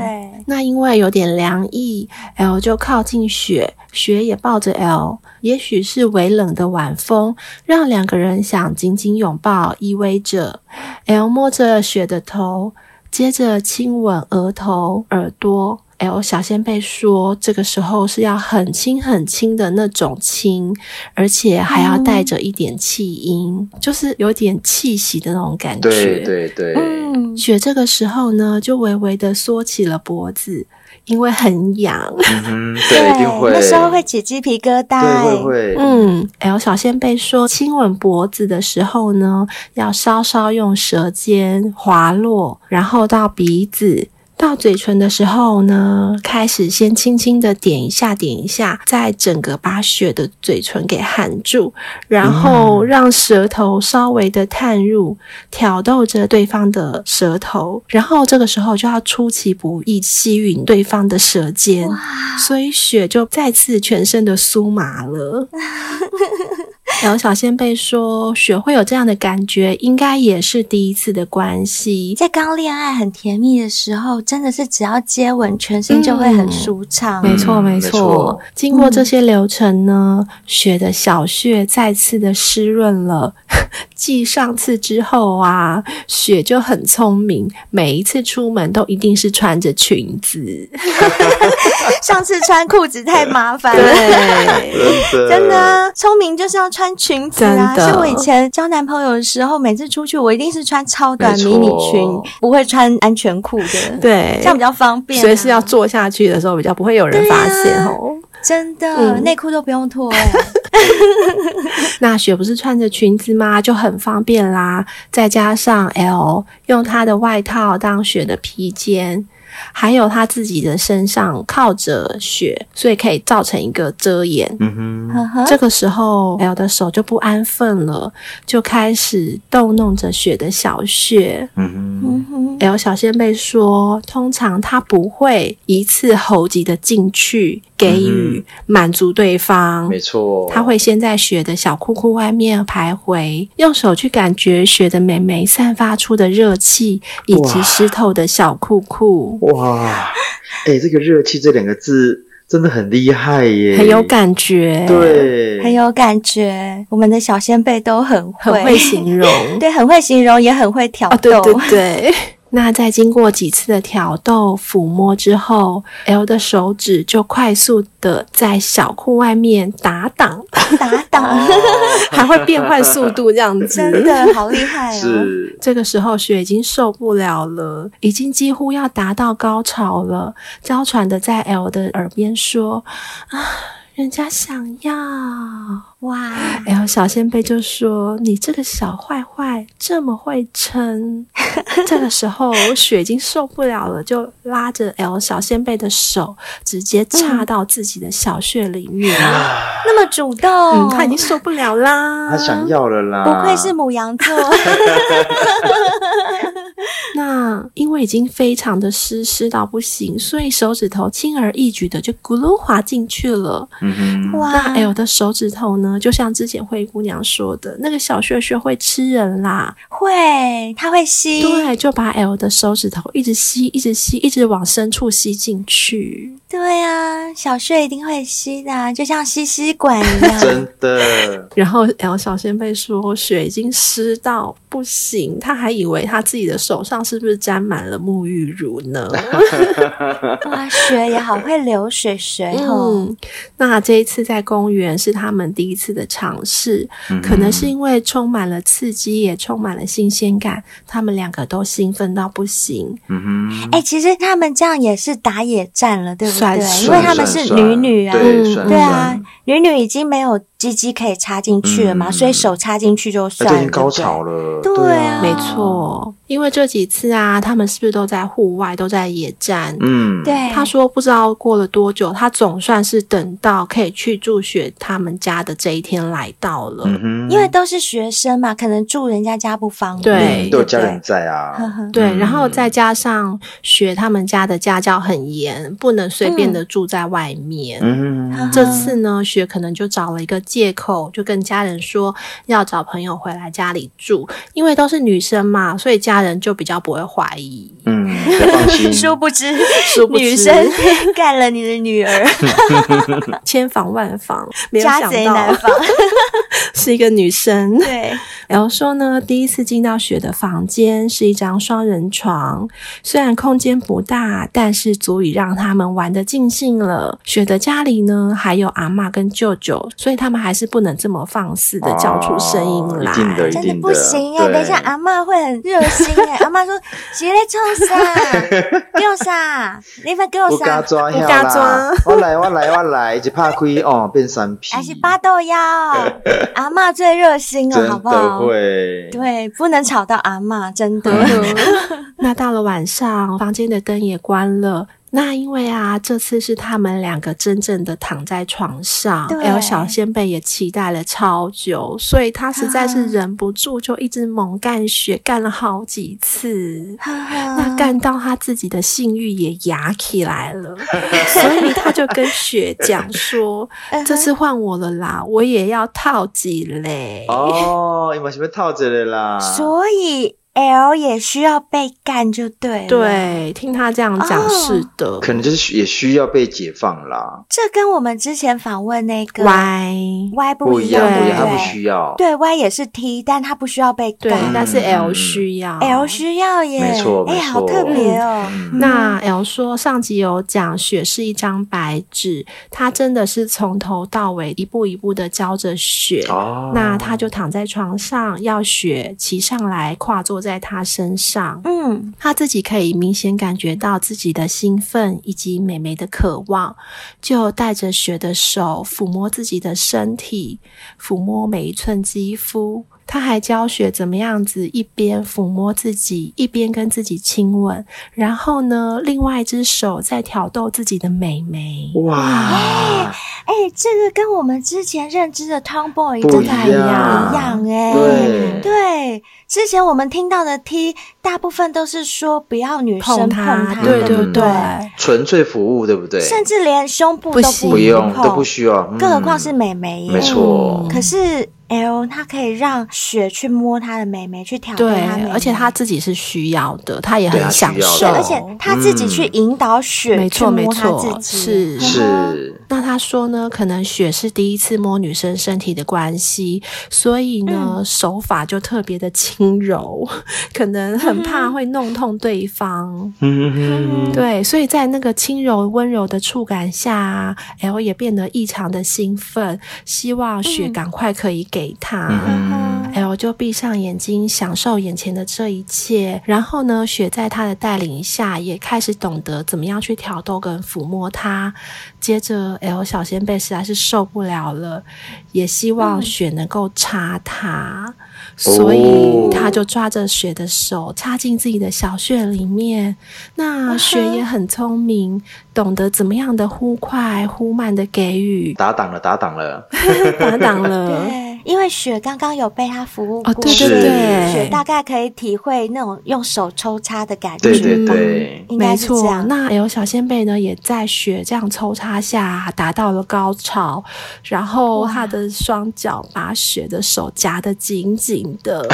Speaker 3: 那因为有点凉意，L 就靠近雪，雪也抱着 L。也许是微冷的晚风，让两个人想紧紧拥抱，依偎着。L 摸着雪的头，接着亲吻额头、耳朵。L 小仙贝说，这个时候是要很轻很轻的那种亲，而且还要嗯带着一点气音，就是有点气息的那种感觉。
Speaker 4: 对对对，
Speaker 2: 嗯，
Speaker 3: 雪这个时候呢，就微微的缩起了脖子，因为很痒。
Speaker 4: 嗯哼，对，一定会，
Speaker 2: 那时候会起鸡皮疙瘩、
Speaker 4: 对，
Speaker 2: 哎
Speaker 4: 会会，
Speaker 3: 嗯，L 小仙贝说，亲吻脖子的时候呢，要稍稍用舌尖滑落，然后到鼻子。到嘴唇的时候呢，开始先轻轻的点一下，点一下，再整个把血的嘴唇给含住，然后让舌头稍微的探入，挑逗着对方的舌头，然后这个时候就要出其不意吸吮对方的舌尖，所以血就再次全身的酥麻了。然后小仙贝说，雪会有这样的感觉，应该也是第一次的关系。
Speaker 2: 在刚恋爱很甜蜜的时候，真的是只要接吻，全身就会很舒畅。
Speaker 3: 没错，
Speaker 4: 嗯
Speaker 3: 没
Speaker 4: 没
Speaker 3: 错
Speaker 4: 错。
Speaker 3: 经过这些流程呢，雪的小穴再次的湿润了。 继上次之后啊，雪就很聪明，每一次出门都一定是穿着裙子。
Speaker 2: 上次穿裤子太麻烦了。
Speaker 3: 对，
Speaker 4: 真的
Speaker 2: 真的啊，聪明就是要穿裙子啊！
Speaker 3: 真的
Speaker 2: 像我以前交男朋友的时候，每次出去我一定是穿超短
Speaker 4: 没
Speaker 2: 迷
Speaker 4: 错
Speaker 2: 你裙，不会穿安全裤的，
Speaker 3: 对
Speaker 2: 这样比较方便啊、
Speaker 3: 随时要坐下去的时候，比较不会有人发
Speaker 2: 对
Speaker 3: 现
Speaker 2: 啊
Speaker 3: 哦。
Speaker 2: 真的、
Speaker 3: 嗯
Speaker 2: 内裤都不用 脱、
Speaker 3: 那雪不是穿着裙子吗？就很方便啦。再加上 L 用她的外套当雪的披肩，还有她自己的身上靠着雪，所以可以造成一个遮掩。
Speaker 4: 嗯哼，
Speaker 2: 呵呵
Speaker 3: 这个时候，L 的手就不安分了，就开始逗弄着雪的小穴。
Speaker 4: 嗯哼，
Speaker 2: 嗯哼，
Speaker 3: L 小仙贝说，通常他不会一次猴急的进去给予满足对方，
Speaker 4: 没错，
Speaker 3: 他会先在雪的小裤裤外面徘徊，用手去感觉雪的美眉散发出的热气，以及
Speaker 4: 哇
Speaker 3: 湿透的小裤裤，
Speaker 4: 哇，哎，这个热气这两个字真的很厉害耶，
Speaker 3: 很有，感觉，，
Speaker 4: 对，
Speaker 2: 很有感觉。我们的小先辈都很会，
Speaker 3: 很会形容。
Speaker 2: 对，很会形容，也很会挑
Speaker 3: 哦，
Speaker 2: 逗。
Speaker 3: 对对对。 那在经过几次的挑逗、抚摸之后，L 的手指就快速的在小裤外面打挡，
Speaker 2: 打
Speaker 3: 啊
Speaker 2: 挡，
Speaker 3: 还会变换速度这样子，
Speaker 2: 真的好厉害哦！
Speaker 4: 是，
Speaker 3: 这个时候，雪已经受不了了，已经几乎要达到高潮了。娇喘的在 L 的耳边说：“啊，人家想要。
Speaker 2: 哇，
Speaker 3: ”L 小仙贝就说：“你这个小坏坏，这么会撑。” 这个时候，雪已经受不了了，就拉着 L 小仙贝的手，直接
Speaker 4: 嗯
Speaker 3: 插到自己的小穴里 面。
Speaker 2: 那么主动，
Speaker 3: 嗯，他已经受不了啦，
Speaker 4: 他想要了啦，
Speaker 2: 不愧是母羊 座，
Speaker 3: 那因为已经非常的湿湿到不行，所以手指头轻而易举的就咕噜滑进去了。
Speaker 4: 嗯哼，
Speaker 2: 哇
Speaker 3: 那哎 L 的手指头呢，就像之前灰姑娘说的，那个小穴穴会吃人啦，
Speaker 2: 会，他会吸，
Speaker 3: 对，就把 L 的手指头一直吸，一直吸，一直往深处吸进去。
Speaker 2: 对啊，小穴一定会吸的啊、就像吸吸管一样。
Speaker 4: 真 的，
Speaker 3: 然后 L 小仙贝说，血已经湿到不行，他还以为他自己的手上是不是沾满了沐浴乳呢？
Speaker 2: 哇，雪也好会流水水哦。
Speaker 3: 嗯，那这一次在公园是他们第一次的尝试，
Speaker 4: 嗯
Speaker 3: 可能是因为充满了刺激，也充满了新鲜感，他们两个都兴奋到不行。
Speaker 4: 嗯哼，
Speaker 2: 哎、其实他们这样也是打野战了，对不
Speaker 3: 算
Speaker 2: 对？
Speaker 3: 是
Speaker 2: 因为他们是女女啊，
Speaker 4: 对，
Speaker 3: 嗯
Speaker 4: 算
Speaker 2: 对啊
Speaker 4: 算，
Speaker 2: 女女已经没有鸡鸡可以插进去了嘛，
Speaker 4: 嗯
Speaker 2: 所以手插进去就
Speaker 4: 而
Speaker 2: 算
Speaker 4: 且
Speaker 2: 了。
Speaker 4: 已经哎高
Speaker 2: 嗯对不对啊
Speaker 4: 潮了，
Speaker 2: 对啊
Speaker 3: 没错，因为这几次啊，他们是不是都在户外，都在野战？
Speaker 4: 嗯，
Speaker 2: 对，啊
Speaker 3: 他说不知道过了多久，他总算是等到可以去住雪他们家的这一天来到了。
Speaker 4: 嗯哼，
Speaker 2: 因为都是学生嘛，可能住人家家不方便。
Speaker 3: 对
Speaker 4: 都有
Speaker 2: 不
Speaker 4: 家人在啊，
Speaker 2: 呵呵
Speaker 3: 对，
Speaker 4: 嗯
Speaker 3: 然后再加上学他们家的家教很严，不能随便的住在外面。
Speaker 4: 嗯哼，
Speaker 3: 这次呢，雪可能就找了一个借口，就跟家人说要找朋友回来家里住，因为都是女生嘛，所以家人就比较不会怀疑。
Speaker 4: 嗯，要放心，
Speaker 2: 殊不知，
Speaker 3: 殊不知
Speaker 2: 女生 干了你的女 儿，
Speaker 3: 千防万防，没有
Speaker 2: 嗯家
Speaker 3: 想
Speaker 2: 贼
Speaker 3: 到
Speaker 2: 难防。
Speaker 3: 是一个女生。
Speaker 2: 对，
Speaker 3: 然后说呢，第一次进到雪的房间是一张双人床，虽然空间不大，但是足以让他们玩得尽兴了。雪的家里呢，还有阿嬷跟舅舅，所以他们还是不能这么放肆的叫出声音
Speaker 4: 哦
Speaker 3: 来。
Speaker 4: 一定的一定
Speaker 2: 真的不行哎、
Speaker 4: 对
Speaker 2: 等一下阿嬷会很热心 哎、阿嬷说：“谁在冲啥？给我啥？你们给我
Speaker 4: 不
Speaker 2: 啥
Speaker 4: 加？抓
Speaker 3: 有
Speaker 4: 呀
Speaker 3: 加抓
Speaker 4: 啦！ 我来，我来，我来，一拍开哦，变三 P，
Speaker 2: 还是巴豆腰？阿嬷最热心
Speaker 4: 真
Speaker 2: 了，好
Speaker 4: 的
Speaker 2: 不好？
Speaker 4: 会。
Speaker 2: 对，不能吵到阿嬷，真的。
Speaker 3: 那到了晚上，房间的灯也关了。那因为啊，这次是他们两个真正的躺在床上
Speaker 2: 对
Speaker 3: ，L 小先辈也期待了超久，所以他实
Speaker 2: 啊
Speaker 3: 在是忍不住，就一直猛干血，干了好几次。那
Speaker 2: 那
Speaker 3: 干到他自己的性欲也压起来了， 所以他就跟雪讲 说：“
Speaker 2: 嗯
Speaker 3: 这次换我了啦，我也要套几嘞。”
Speaker 4: 哦，你们是不是套着了啦？
Speaker 2: 所以 L 也需要被干就对了。，
Speaker 3: 对，听他这样讲
Speaker 2: 哦
Speaker 3: 是的。
Speaker 4: 可能就是需也需要被解放啦，
Speaker 2: 这跟我们之前访问那个
Speaker 3: Y
Speaker 2: Y 不
Speaker 4: 不
Speaker 2: 一
Speaker 4: 一样，不一
Speaker 2: 对
Speaker 4: 样，他不需要。
Speaker 2: 对 Y 也是 T，但他不需要被
Speaker 3: 对，
Speaker 2: 干
Speaker 3: 但是
Speaker 4: 嗯
Speaker 3: L
Speaker 4: 嗯
Speaker 3: 需要
Speaker 2: ，L 需要耶。
Speaker 4: 没错
Speaker 2: 哎，
Speaker 4: 没
Speaker 2: 好
Speaker 4: 错
Speaker 2: 特别哦。
Speaker 4: 嗯
Speaker 3: 那 L 说，上集有讲雪是一张白纸，他真的是从头到尾一步一步的教着雪。
Speaker 4: 哦，
Speaker 3: 那他就躺在床上，要雪骑上来，跨坐在他身上。
Speaker 2: 嗯，
Speaker 3: 他自己可以明显感觉到自己的兴奋以及美眉的渴望，就带着雪的手抚摸自己的身体，抚摸每一寸肌肤。他还教雪怎么样子一边抚摸自己，一边跟自己亲吻，然后呢，另外一只手在挑逗自己的美眉。
Speaker 4: 哇，
Speaker 2: 哎，这个跟我们之前认知的 Tomboy
Speaker 4: 不
Speaker 2: 真
Speaker 4: 一
Speaker 2: 的
Speaker 4: 样，
Speaker 2: 不一样哎。
Speaker 4: 对
Speaker 2: 对，之前我们听到的 T 大部分都是说不要女生
Speaker 3: 碰
Speaker 2: 碰
Speaker 3: 它
Speaker 2: 它
Speaker 3: 对对
Speaker 4: 嗯
Speaker 3: 对，
Speaker 4: 纯粹服务，对不对？
Speaker 2: 甚至连胸部
Speaker 3: 不
Speaker 2: 都
Speaker 3: 行
Speaker 4: 不用
Speaker 2: 碰
Speaker 4: 都不需要，嗯
Speaker 2: 更何况是美眉耶。
Speaker 4: 没错
Speaker 3: 嗯，
Speaker 2: 可是 L 她可以让雪去摸她的美眉，去挑逗她美
Speaker 3: 对，
Speaker 2: 眉，
Speaker 3: 而且他自己是需要的，他也
Speaker 4: 对
Speaker 3: 很
Speaker 4: 他
Speaker 3: 享
Speaker 4: 需要的
Speaker 3: 受
Speaker 2: 对，，而且她自己
Speaker 4: 嗯
Speaker 2: 去引导雪
Speaker 3: 没
Speaker 2: 去
Speaker 3: 错没
Speaker 2: 摸她
Speaker 3: 错，
Speaker 2: 自己，
Speaker 3: 是
Speaker 4: 是
Speaker 3: 那他说呢，可能雪是第一次摸女生身体的关系，所以呢、手法就特别的轻柔， 可能很怕会弄痛对方。
Speaker 4: 嗯嗯嗯
Speaker 3: 对，所以在那个轻柔温柔的触感下啊，L 也变得异常的兴奋，希望雪赶快可以给他。
Speaker 4: 嗯，
Speaker 3: L 哎就闭上眼睛，享受眼前的这一切。然后呢，雪在他的带领下，也开始懂得怎么样去挑逗跟抚摸他。接着，L 小先辈实在是受不了了，也希望雪能够插他，所以他就抓着雪的手插进自己的小穴里面。那雪也很聪明，懂得怎么样的忽快忽慢的给予，
Speaker 4: 打挡了，打挡了，
Speaker 2: 嗯
Speaker 3: 打挡了。
Speaker 2: 对，因为雪刚刚有被她服务过，
Speaker 3: 哦，对对
Speaker 4: 是
Speaker 3: 对，
Speaker 2: 雪大概可以体会那种用手抽插的感觉，
Speaker 4: 对对对，
Speaker 2: 应
Speaker 3: 没
Speaker 2: 该是这
Speaker 3: 错，
Speaker 2: 样。
Speaker 3: 那 L 小先辈呢，也在雪这样抽插下达到了高潮，然后他的双脚把雪的手夹得紧紧 的，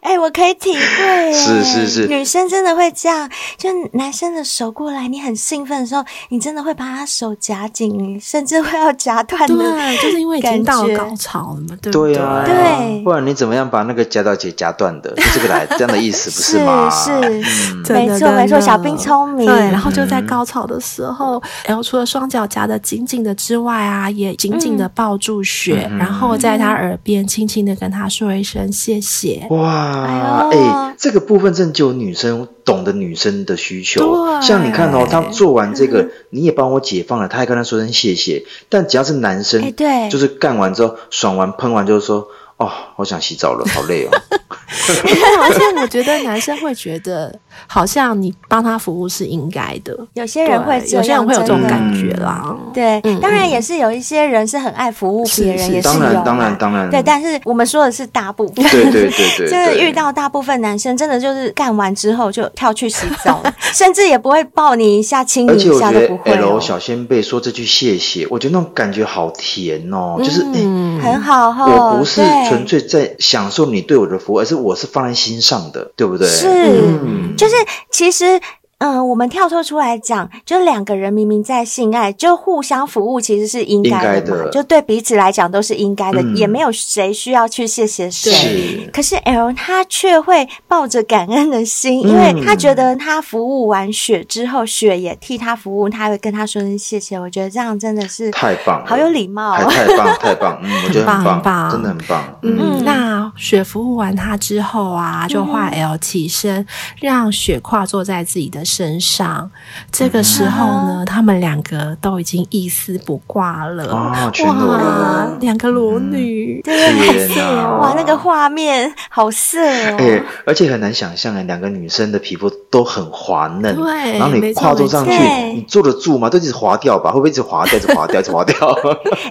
Speaker 2: 哎、我可以体会耶，
Speaker 4: 是是是
Speaker 2: 女生真的会这样，就男生的手过来，你很兴奋的时候，你真的会把他手夹紧，你甚至会要夹断的。
Speaker 3: 对，就是因为已经
Speaker 2: 感
Speaker 3: 到了
Speaker 2: 觉
Speaker 3: 高潮了嘛，对不
Speaker 4: 对
Speaker 3: 对？
Speaker 4: 啊，
Speaker 2: 对
Speaker 4: 不然你怎么样把那个夹到结夹断的？是这个来这样的意思不吗？
Speaker 2: 是是
Speaker 4: 嗯，
Speaker 3: 真的
Speaker 2: 没错没
Speaker 3: 真的
Speaker 2: 错，小兵聪明，
Speaker 3: 对，然后就在
Speaker 4: 嗯
Speaker 3: 高潮的时候，然后除了双脚夹得紧紧的之外啊，也紧
Speaker 2: 嗯
Speaker 3: 紧的抱住雪，
Speaker 4: 嗯
Speaker 3: 然后在他耳边轻轻的跟他说一声 谢谢。
Speaker 4: 哇，
Speaker 2: 哎呦
Speaker 4: 哎，这个部分真的只有女生懂得女生的需求。
Speaker 3: 对
Speaker 4: 像你看哦，他做完这
Speaker 2: 嗯
Speaker 4: 个，你也帮我解放了，他还跟他说声谢谢。但只要是男
Speaker 2: 哎
Speaker 4: 生，
Speaker 2: 对
Speaker 4: 就是干完之后爽完喷完，就是说哦，我想洗澡了，好累哦。
Speaker 3: 而且我觉得男生会觉得，好像你帮他服务是应该的。
Speaker 2: 有些人会
Speaker 3: 对
Speaker 2: 这样，
Speaker 3: 有些人会有这种
Speaker 2: 真的
Speaker 3: 感觉啦。
Speaker 2: 对，
Speaker 3: 嗯
Speaker 2: 当然也是有一些人是很爱服务别人，
Speaker 3: 是
Speaker 2: 也是
Speaker 4: 当
Speaker 2: 有啦
Speaker 4: 然，当然，当然，
Speaker 2: 对，但是我们说的是大部分，
Speaker 4: 对对对对，
Speaker 2: 真的
Speaker 4: 对
Speaker 2: 遇到大部分男生，真的就是干完之后就跳去洗澡 了，甚至也不会抱你一下、亲
Speaker 4: 而
Speaker 2: 你
Speaker 4: 且
Speaker 2: 一
Speaker 4: 我
Speaker 2: 下
Speaker 4: 觉
Speaker 2: 都
Speaker 4: 得
Speaker 2: 不会、哦
Speaker 4: L，小先辈说这句谢谢，我觉得那种感觉好甜哦，就是哎、
Speaker 2: 很好哈、嗯哦。
Speaker 4: 我不是
Speaker 2: 对
Speaker 4: 纯粹在享受你对我的服务，而是我是放在心上的，对不对？
Speaker 2: 是，
Speaker 4: 嗯，
Speaker 2: 就是其实。嗯，我们跳脱出来讲，就两个人明明在性爱，就互相服务，其实是应该的嘛
Speaker 4: 应该的
Speaker 2: 就对彼此来讲都是应该的，
Speaker 4: 嗯
Speaker 2: 也没有谁需要去谢谢谁。
Speaker 4: 是，
Speaker 2: 可是 L 他却会抱着感恩的心，
Speaker 4: 嗯
Speaker 2: 因为他觉得他服务完雪之后，雪也替他服务，他会跟他说声谢谢。我觉得这样真的是
Speaker 4: 太棒了，
Speaker 2: 好有礼貌、
Speaker 4: 太
Speaker 2: 哦。
Speaker 4: 太棒，太棒， 嗯，我觉得
Speaker 3: 很
Speaker 4: 很
Speaker 3: 棒很棒
Speaker 4: 真的很棒，
Speaker 3: 嗯，
Speaker 2: 嗯
Speaker 3: 那雪服务完他之后啊，就换 L 起身，让雪跨坐在自己的身上。这个时候
Speaker 2: 嗯
Speaker 3: 呢，他们两个都已经一丝不挂了。
Speaker 4: 啊，全裸
Speaker 3: 哇
Speaker 4: 了，，
Speaker 3: 两个裸女，
Speaker 4: 天哪！
Speaker 2: 哇，那个画面好色哦！
Speaker 4: 哎、而且很难想象哎，两个女生的皮肤都很滑嫩，
Speaker 3: 对
Speaker 4: 然后你
Speaker 3: 没错
Speaker 4: 跨坐上去
Speaker 2: 没错，
Speaker 4: 你坐得住吗？都一直滑掉吧，会不会一直滑掉，一直滑掉，一直 滑掉？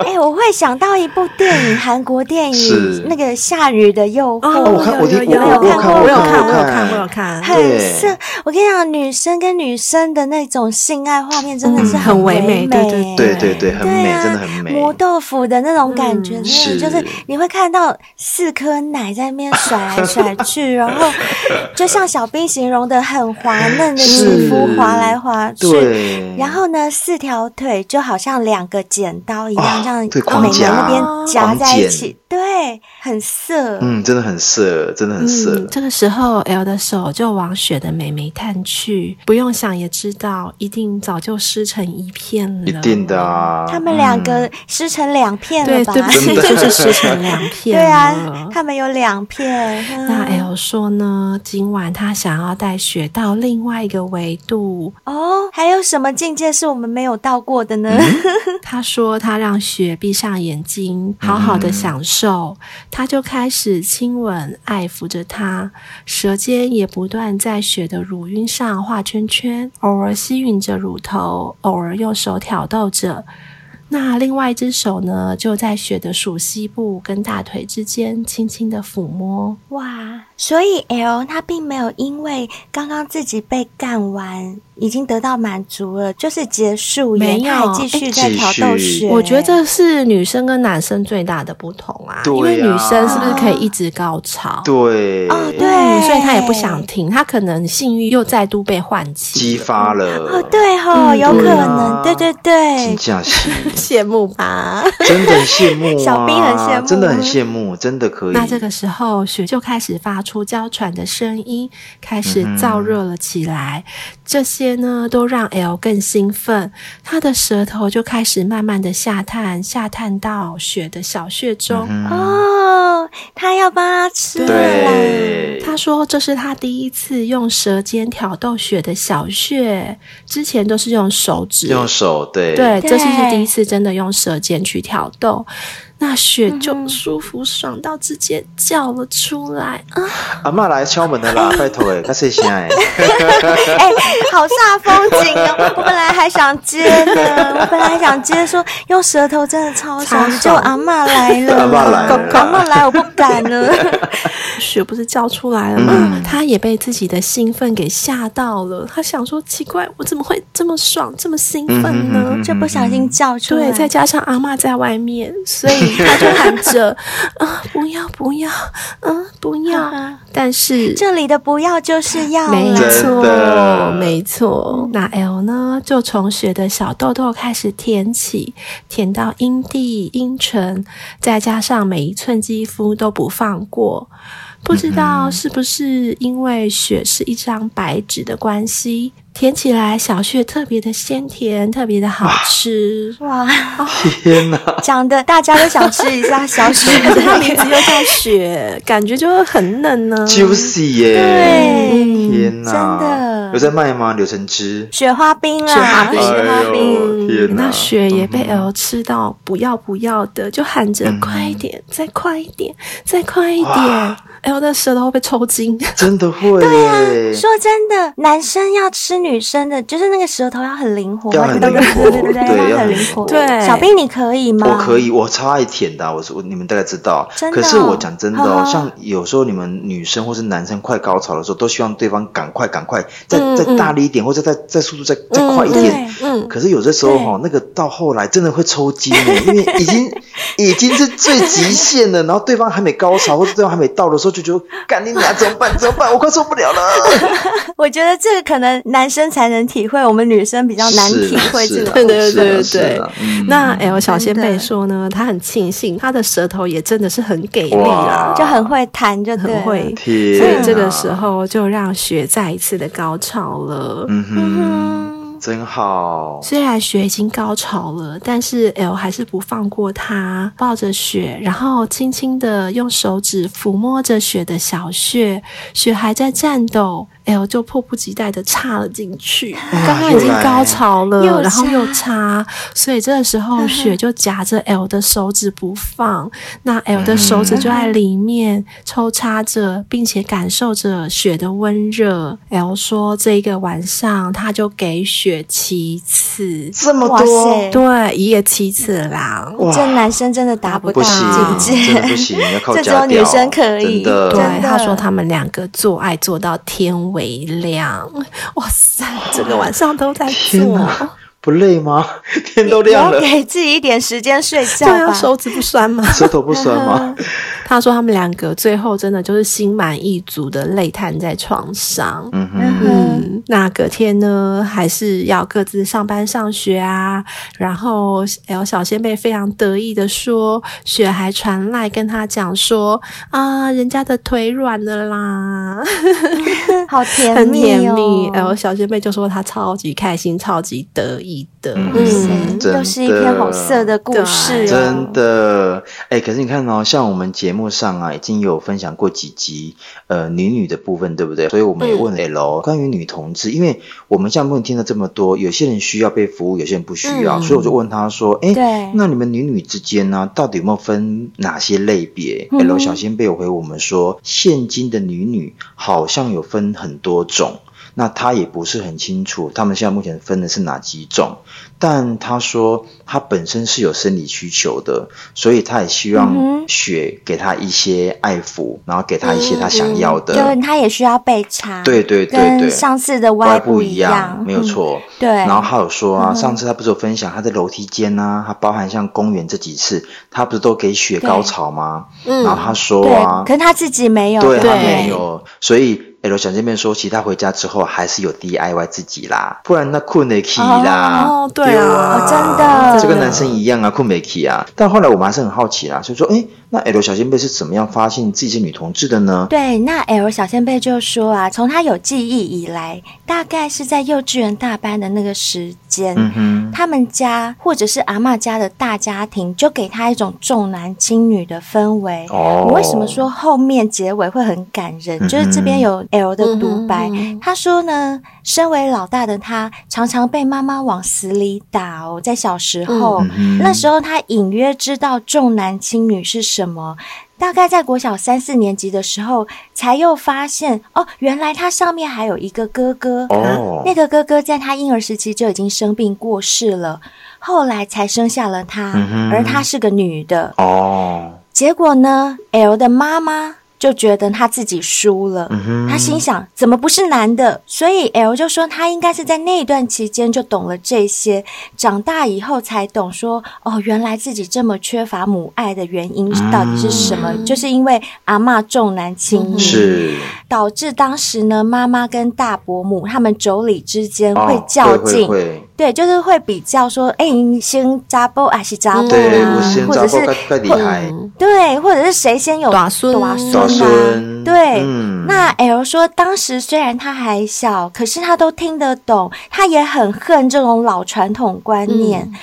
Speaker 2: 哎、我会想到一部电影，韩国电
Speaker 4: 是
Speaker 2: 影，那个《夏日的诱惑》
Speaker 3: 哦，
Speaker 4: 我看我听
Speaker 3: 有有
Speaker 2: 我我
Speaker 3: 有
Speaker 2: 看
Speaker 3: 我
Speaker 2: 我
Speaker 3: 有
Speaker 2: 有
Speaker 3: 看，
Speaker 2: 看
Speaker 3: 我有
Speaker 4: 我
Speaker 3: 看，
Speaker 4: 看
Speaker 3: 我有看，
Speaker 2: 很
Speaker 4: 对
Speaker 2: 色。我跟你讲，女生跟女生的那种性爱画面真的是
Speaker 3: 嗯很唯
Speaker 2: 唯
Speaker 3: 美对对
Speaker 2: 欸
Speaker 4: 对对对，很美，
Speaker 2: 对啊
Speaker 4: 真的很美。
Speaker 2: 磨豆腐的那种感觉，
Speaker 3: 嗯
Speaker 2: 真的就是
Speaker 4: 是
Speaker 2: 你会看到四颗奶在那边甩来甩去，然后就像小兵形容的很滑嫩的皮肤
Speaker 4: 是
Speaker 2: 滑来滑去。
Speaker 4: 对，
Speaker 2: 然后呢，四条腿就好像两个剪刀一样，
Speaker 4: 啊
Speaker 2: 这样
Speaker 4: 对狂
Speaker 2: 每个那
Speaker 4: 夹
Speaker 2: 边夹
Speaker 4: 狂
Speaker 2: 在一
Speaker 4: 剪
Speaker 2: 起，对，很色。
Speaker 4: 嗯，真的很色，真的很色。
Speaker 3: 嗯，这个时候 L 的手就往雪的美眉探去，不用想也知道，一定早就湿成一片了。
Speaker 4: 一定的啊，
Speaker 2: 他们两个
Speaker 4: 嗯
Speaker 2: 撕成两片
Speaker 3: 对
Speaker 2: 了吧？
Speaker 3: 对不起，
Speaker 4: 真的
Speaker 3: 就是湿成两片
Speaker 2: 对啊
Speaker 3: 了，
Speaker 2: 他们有两片。嗯
Speaker 3: 那哎 L 说呢，今晚他想要带雪到另外一个维度。
Speaker 2: 哦，还有什么境界是我们没有到过的呢？
Speaker 4: 嗯
Speaker 3: 他说他让雪闭上眼睛，
Speaker 4: 嗯
Speaker 3: 好好的享受。他就开始亲吻、爱抚着她，舌尖也不断在雪的乳晕上画圈圈，偶尔吸吮着乳头，偶尔用手挑逗着。那另外一只手呢，就在雪的属膝部跟大腿之间轻轻的抚摸。
Speaker 2: 哇，所以 L 他并没有因为刚刚自己被干完已经得到满足了，就是结束耶，
Speaker 3: 没有哎
Speaker 2: 他还继续在
Speaker 4: 继
Speaker 2: 挑
Speaker 4: 续
Speaker 2: 逗雪。
Speaker 3: 我觉得这是女生跟男生最大的不同啊，
Speaker 4: 对啊
Speaker 3: 因为女生是不是可以一直高潮？
Speaker 4: 对
Speaker 2: 哦对
Speaker 3: 嗯所以她也不想停，她可能性欲又再度被唤起，
Speaker 4: 激发了，
Speaker 2: 哦，对吼，
Speaker 3: 嗯
Speaker 2: 有可
Speaker 4: 对啊
Speaker 2: 能，对对对，
Speaker 4: 真假戏，
Speaker 3: 羡慕吧。
Speaker 4: 真的很羡慕、啊，
Speaker 2: 小兵很羡慕
Speaker 4: 真的很羡慕，真的可以。
Speaker 3: 那这个时候，雪就开始发出娇喘的声音，开始
Speaker 4: 嗯
Speaker 3: 燥热了起来。这些呢，都让 L 更兴奋，他的舌头就开始慢慢的下探，下探到雪的小穴中。
Speaker 4: 嗯，
Speaker 2: 哦，他要帮他吃了啦。
Speaker 4: 对，
Speaker 3: 他说这是他第一次用舌尖挑逗雪的小穴，之前都是用手指。
Speaker 4: 用手对
Speaker 3: 对，
Speaker 2: 对
Speaker 3: 这次是第一次真的用舌尖去挑逗，那雪
Speaker 2: 嗯
Speaker 3: 就舒服爽到直接叫了出来。啊，
Speaker 4: 阿嬷来敲门的 啦，拜托哎，他谁先哎？
Speaker 2: 哎、好煞风景哦！我本来还想接 呢，我本来想接说用舌头真的超
Speaker 3: 超
Speaker 2: 爽，
Speaker 3: 爽
Speaker 2: 就阿嬷来了，
Speaker 4: 阿嬷来了
Speaker 2: 狗狗阿嬷来，我不敢 了。
Speaker 3: 嗯雪不是叫出来了吗？
Speaker 4: 嗯
Speaker 3: 她也被自己的兴奋给吓到了，她想说奇怪，我怎么会这么爽，这么兴奋呢？
Speaker 4: 嗯
Speaker 2: 就不小心叫出来。
Speaker 3: 对，再加上阿嬷在外面，所以她就喊着 啊、不要不要，嗯、不 要。但是
Speaker 2: 这里的不要就是要
Speaker 3: 没
Speaker 2: 啦。
Speaker 4: 真
Speaker 3: 错
Speaker 4: 的，
Speaker 3: 没错。那 L 呢，就从雪的小痘痘开始舔起，舔到阴蒂、阴唇，再加上每一寸肌肤都不放过。不知
Speaker 4: 嗯
Speaker 3: 道是不是因为雪是一张白纸的关系，舔起来小穴特别的鲜甜，特别的好吃。
Speaker 2: 哇，
Speaker 4: 天哪，
Speaker 2: 讲的大家都想吃一下小雪， 啊
Speaker 3: 而且它名字又叫雪，感觉就很 嫩呢、
Speaker 4: juicy 耶！
Speaker 2: 嗯对，
Speaker 4: 天哪，
Speaker 2: 真的
Speaker 4: 有在卖吗？柳橙汁，
Speaker 2: 雪花冰啦，
Speaker 3: 雪花冰
Speaker 2: 雪花冰。
Speaker 4: 哎呦天哪
Speaker 3: 那雪也被 L 吃到不要不要的，就喊着
Speaker 4: 嗯
Speaker 3: 快一点，再快一点，再快一点
Speaker 4: 哇。
Speaker 3: L 的舌头被抽筋，
Speaker 4: 真的会耶！
Speaker 2: 啊说真的，男生要吃女生的，就是那个舌头要很灵活，
Speaker 4: 要很
Speaker 2: 对不对
Speaker 4: 灵活
Speaker 2: 对不对？要
Speaker 4: 对
Speaker 2: 很
Speaker 4: 要很
Speaker 2: 灵
Speaker 4: 灵
Speaker 2: 活。
Speaker 4: 活
Speaker 3: 对
Speaker 2: 小兵你可以吗？
Speaker 4: 我可以，我超爱舔的啊、我说你们大概知道。啊
Speaker 2: 真的哦
Speaker 4: 可是我讲真的哦，
Speaker 2: 嗯
Speaker 4: 像有时候你们女生或是男生快高潮的时候，都希望对方赶快赶快，再、
Speaker 3: 嗯
Speaker 4: 再
Speaker 3: 嗯
Speaker 4: 大力一点，或者再再速度再再快一点。
Speaker 2: 对，
Speaker 3: 嗯，
Speaker 4: 可是有的时候哈、那个到后来真的会抽筋 耶，因为已经已经是最极限了，然后对方还没高潮或者对方还没到的时候，就觉得赶紧俩怎么 办？怎么办？我快受不了了。
Speaker 2: 我觉得这个可能男生才能体会，我们女生比较难
Speaker 4: 是
Speaker 2: 体
Speaker 4: 啦
Speaker 2: 会
Speaker 4: 是
Speaker 2: 这
Speaker 4: 啦
Speaker 2: 个。
Speaker 3: 对对
Speaker 4: 是啦
Speaker 3: 对
Speaker 4: 是
Speaker 3: 对
Speaker 4: 啦嗯
Speaker 3: 那 L 小仙
Speaker 2: 真
Speaker 3: 贝
Speaker 2: 的
Speaker 3: 说呢，她很庆幸，她的舌头也真的是很给力啦
Speaker 4: 哇，
Speaker 2: 就很会弹，就对
Speaker 3: 很
Speaker 2: 了
Speaker 3: 会。
Speaker 4: 天哪，啊
Speaker 3: 所以这个时候就让雪再一次的高潮了。
Speaker 4: 嗯哼。
Speaker 2: 嗯，
Speaker 4: 真好。
Speaker 3: 虽然雪已经高潮了，但是 L 还是不放过他，抱着雪，然后轻轻的用手指抚摸着雪的小穴，雪还在颤抖，L 就迫不及待的插了进去。刚刚已经高潮
Speaker 2: 哎又
Speaker 3: 了，
Speaker 2: 来
Speaker 3: 然后又插，所以这个时候雪就夹着 L 的手指不放，那 L 的手指就在里面抽插着，并且感受着雪的温热。L 说，这一个晚上他就给雪七次，
Speaker 4: 这么
Speaker 2: 哇
Speaker 4: 多
Speaker 2: 塞，
Speaker 3: 对，一夜七次啦。
Speaker 4: 哇
Speaker 2: 这男生真的达不
Speaker 4: 不
Speaker 2: 到
Speaker 4: 行，
Speaker 2: 境界，
Speaker 4: 真的 不行，要靠
Speaker 2: 这只
Speaker 4: 家
Speaker 2: 有
Speaker 4: 教。
Speaker 2: 女生可以。
Speaker 4: 真的
Speaker 3: 对
Speaker 2: 真，的
Speaker 3: 他说他们两个做爱做到天微亮，哇塞，整个晚上都在
Speaker 4: 天
Speaker 3: 做，
Speaker 4: 哪，不累吗？ 天都
Speaker 2: 你
Speaker 4: 亮
Speaker 2: 要
Speaker 4: 了，
Speaker 2: 给自己一点时间睡觉
Speaker 3: 对啊，
Speaker 2: 吧。
Speaker 3: 手指不酸吗？
Speaker 4: 舌头不酸吗？
Speaker 3: 他说他们两个最后真的就是心满意足的累瘫在床上。
Speaker 4: 嗯哼，
Speaker 2: 嗯哼，
Speaker 3: 嗯，那隔天呢，还是要各自上班上学啊。然后 L 小仙贝非常得意的说，雪还传来跟他讲说啊，人家的腿软了 啦，
Speaker 2: 好甜
Speaker 3: 很
Speaker 2: 蜜
Speaker 3: 甜
Speaker 2: 哦，
Speaker 3: 蜜。L 呃小仙贝就说他超级开心，超级得意的。
Speaker 4: 嗯
Speaker 2: 嗯，
Speaker 4: 真的
Speaker 2: 又是一篇好色的故事、哦，
Speaker 4: 真的，哎、可是你看哦，像我们节目上啊，已经有分享过几集，呃，女女的部分，对不对？所以我们也
Speaker 2: 嗯
Speaker 4: 问了 L、关于女同志，因为我们像目前听了这么多，有些人需要被服务，有些人不需要，
Speaker 3: 嗯
Speaker 4: 所以我就问他说，哎、
Speaker 2: 对
Speaker 4: 那你们女女之间呢、到底有没有分哪些类别、
Speaker 2: 嗯
Speaker 4: l 小仙贝有回我们说，现今的女女好像有分很多种。那他也不是很清楚，他们现在目前分的是哪几种？但他说他本身是有生理需求的，所以他也希
Speaker 2: 嗯
Speaker 4: 望
Speaker 2: 哼
Speaker 4: 雪给他一些爱抚，然后给他一些他想要的。
Speaker 2: 就是他也嗯需要被查，
Speaker 4: 对对对
Speaker 2: 跟
Speaker 4: 对，
Speaker 2: 上次的
Speaker 4: 歪
Speaker 2: 不
Speaker 4: 一
Speaker 2: 样，
Speaker 4: 没有
Speaker 2: 嗯。
Speaker 4: 错。
Speaker 2: 对嗯
Speaker 4: 然后还有说啊，上次他不是有分享他在楼梯间啊，他包含像公园这几次，他不是都给雪高潮吗？然后他说
Speaker 2: 对
Speaker 4: 啊，，
Speaker 2: 可是他自己没有，
Speaker 4: 对
Speaker 2: 嗯对，
Speaker 4: 他没有，所以 L 小见面说，其实他回家之后还是有 DIY 自己啦，不然那困没起啦。
Speaker 3: 哦对啊
Speaker 2: 哦真的
Speaker 4: 这跟男生一样啊，困没起啊。但后来我们还是很好奇啦，就说，哎，那 L 小仙贝是怎么样发现自己是女同志的呢？
Speaker 2: 对，那 L 小先贝就说啊，从他有记忆以来，大概是在幼稚园大班的那个时间，
Speaker 4: 嗯哼，
Speaker 2: 他们家或者是阿嬷家的大家庭，就给他一种重男轻女的氛围。
Speaker 4: 哦
Speaker 2: 我为什么说后面结尾会很感人？
Speaker 4: 嗯
Speaker 2: 就是这边有 L 的独白，
Speaker 3: 嗯哼
Speaker 2: 他说呢，身为老大的他，常常被妈妈往死里打哦，在小时候。
Speaker 4: 嗯哼
Speaker 2: 那时候他隐约知道重男轻女是什么，大概在国小三四年级的时候，才又发现哦，原来他上面还有一个哥哥。
Speaker 4: 哦
Speaker 2: 那个哥哥在他婴儿时期就已经生病过世了，后来才生下了他，
Speaker 4: 嗯哼
Speaker 2: 而她是个女的。
Speaker 4: 哦，
Speaker 2: 结果呢，L 的妈妈就觉得她自己输了。
Speaker 4: 嗯哼，
Speaker 2: 她心想，怎么不是男的？所以 L 就说，她应该是在那一段期间就懂了这些，长大以后才懂说，哦，原来自己这么缺乏母爱的原因到底是什么？
Speaker 3: 嗯
Speaker 2: 就是因为阿嬷重男轻女。
Speaker 4: 是
Speaker 2: 导致当时呢，妈妈跟大伯母他们妯娌之间会
Speaker 4: 哦
Speaker 2: 较
Speaker 4: 会
Speaker 2: 劲，
Speaker 4: 会
Speaker 2: 对，就是会比较说，哎、你先扎波啊，是扎波
Speaker 4: 会，
Speaker 3: 嗯
Speaker 4: 对，
Speaker 2: 啊
Speaker 4: 我先
Speaker 2: 或者
Speaker 4: 找
Speaker 2: 是
Speaker 4: 过更更厉害，
Speaker 2: 嗯对，或者是谁先有
Speaker 3: 短孙
Speaker 2: 短
Speaker 4: 大
Speaker 2: 孙啊，
Speaker 4: 孙，
Speaker 2: 对。
Speaker 4: 嗯
Speaker 2: 那 L 说，当时虽然他还小，可是他都听得懂，他也很恨这种老传统观念。
Speaker 3: 嗯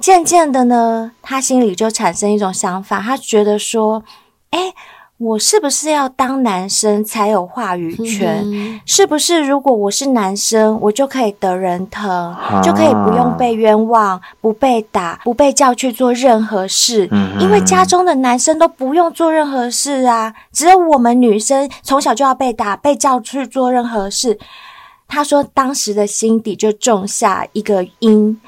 Speaker 2: 渐渐的呢，他心里就产生一种想法，他觉得说，哎，我是不是要当男生才有话语权？
Speaker 3: 嗯
Speaker 2: 是不是如果我是男生，我就可以得人疼，就可以不
Speaker 4: 啊
Speaker 2: 用被冤枉、不被打、不被叫去做任何事？
Speaker 4: 嗯哼
Speaker 2: 因为家中的男生都不用做任何事啊，只有我们女生从小就要被打、被叫去做任何事。他说，当时的心底就种下一个因，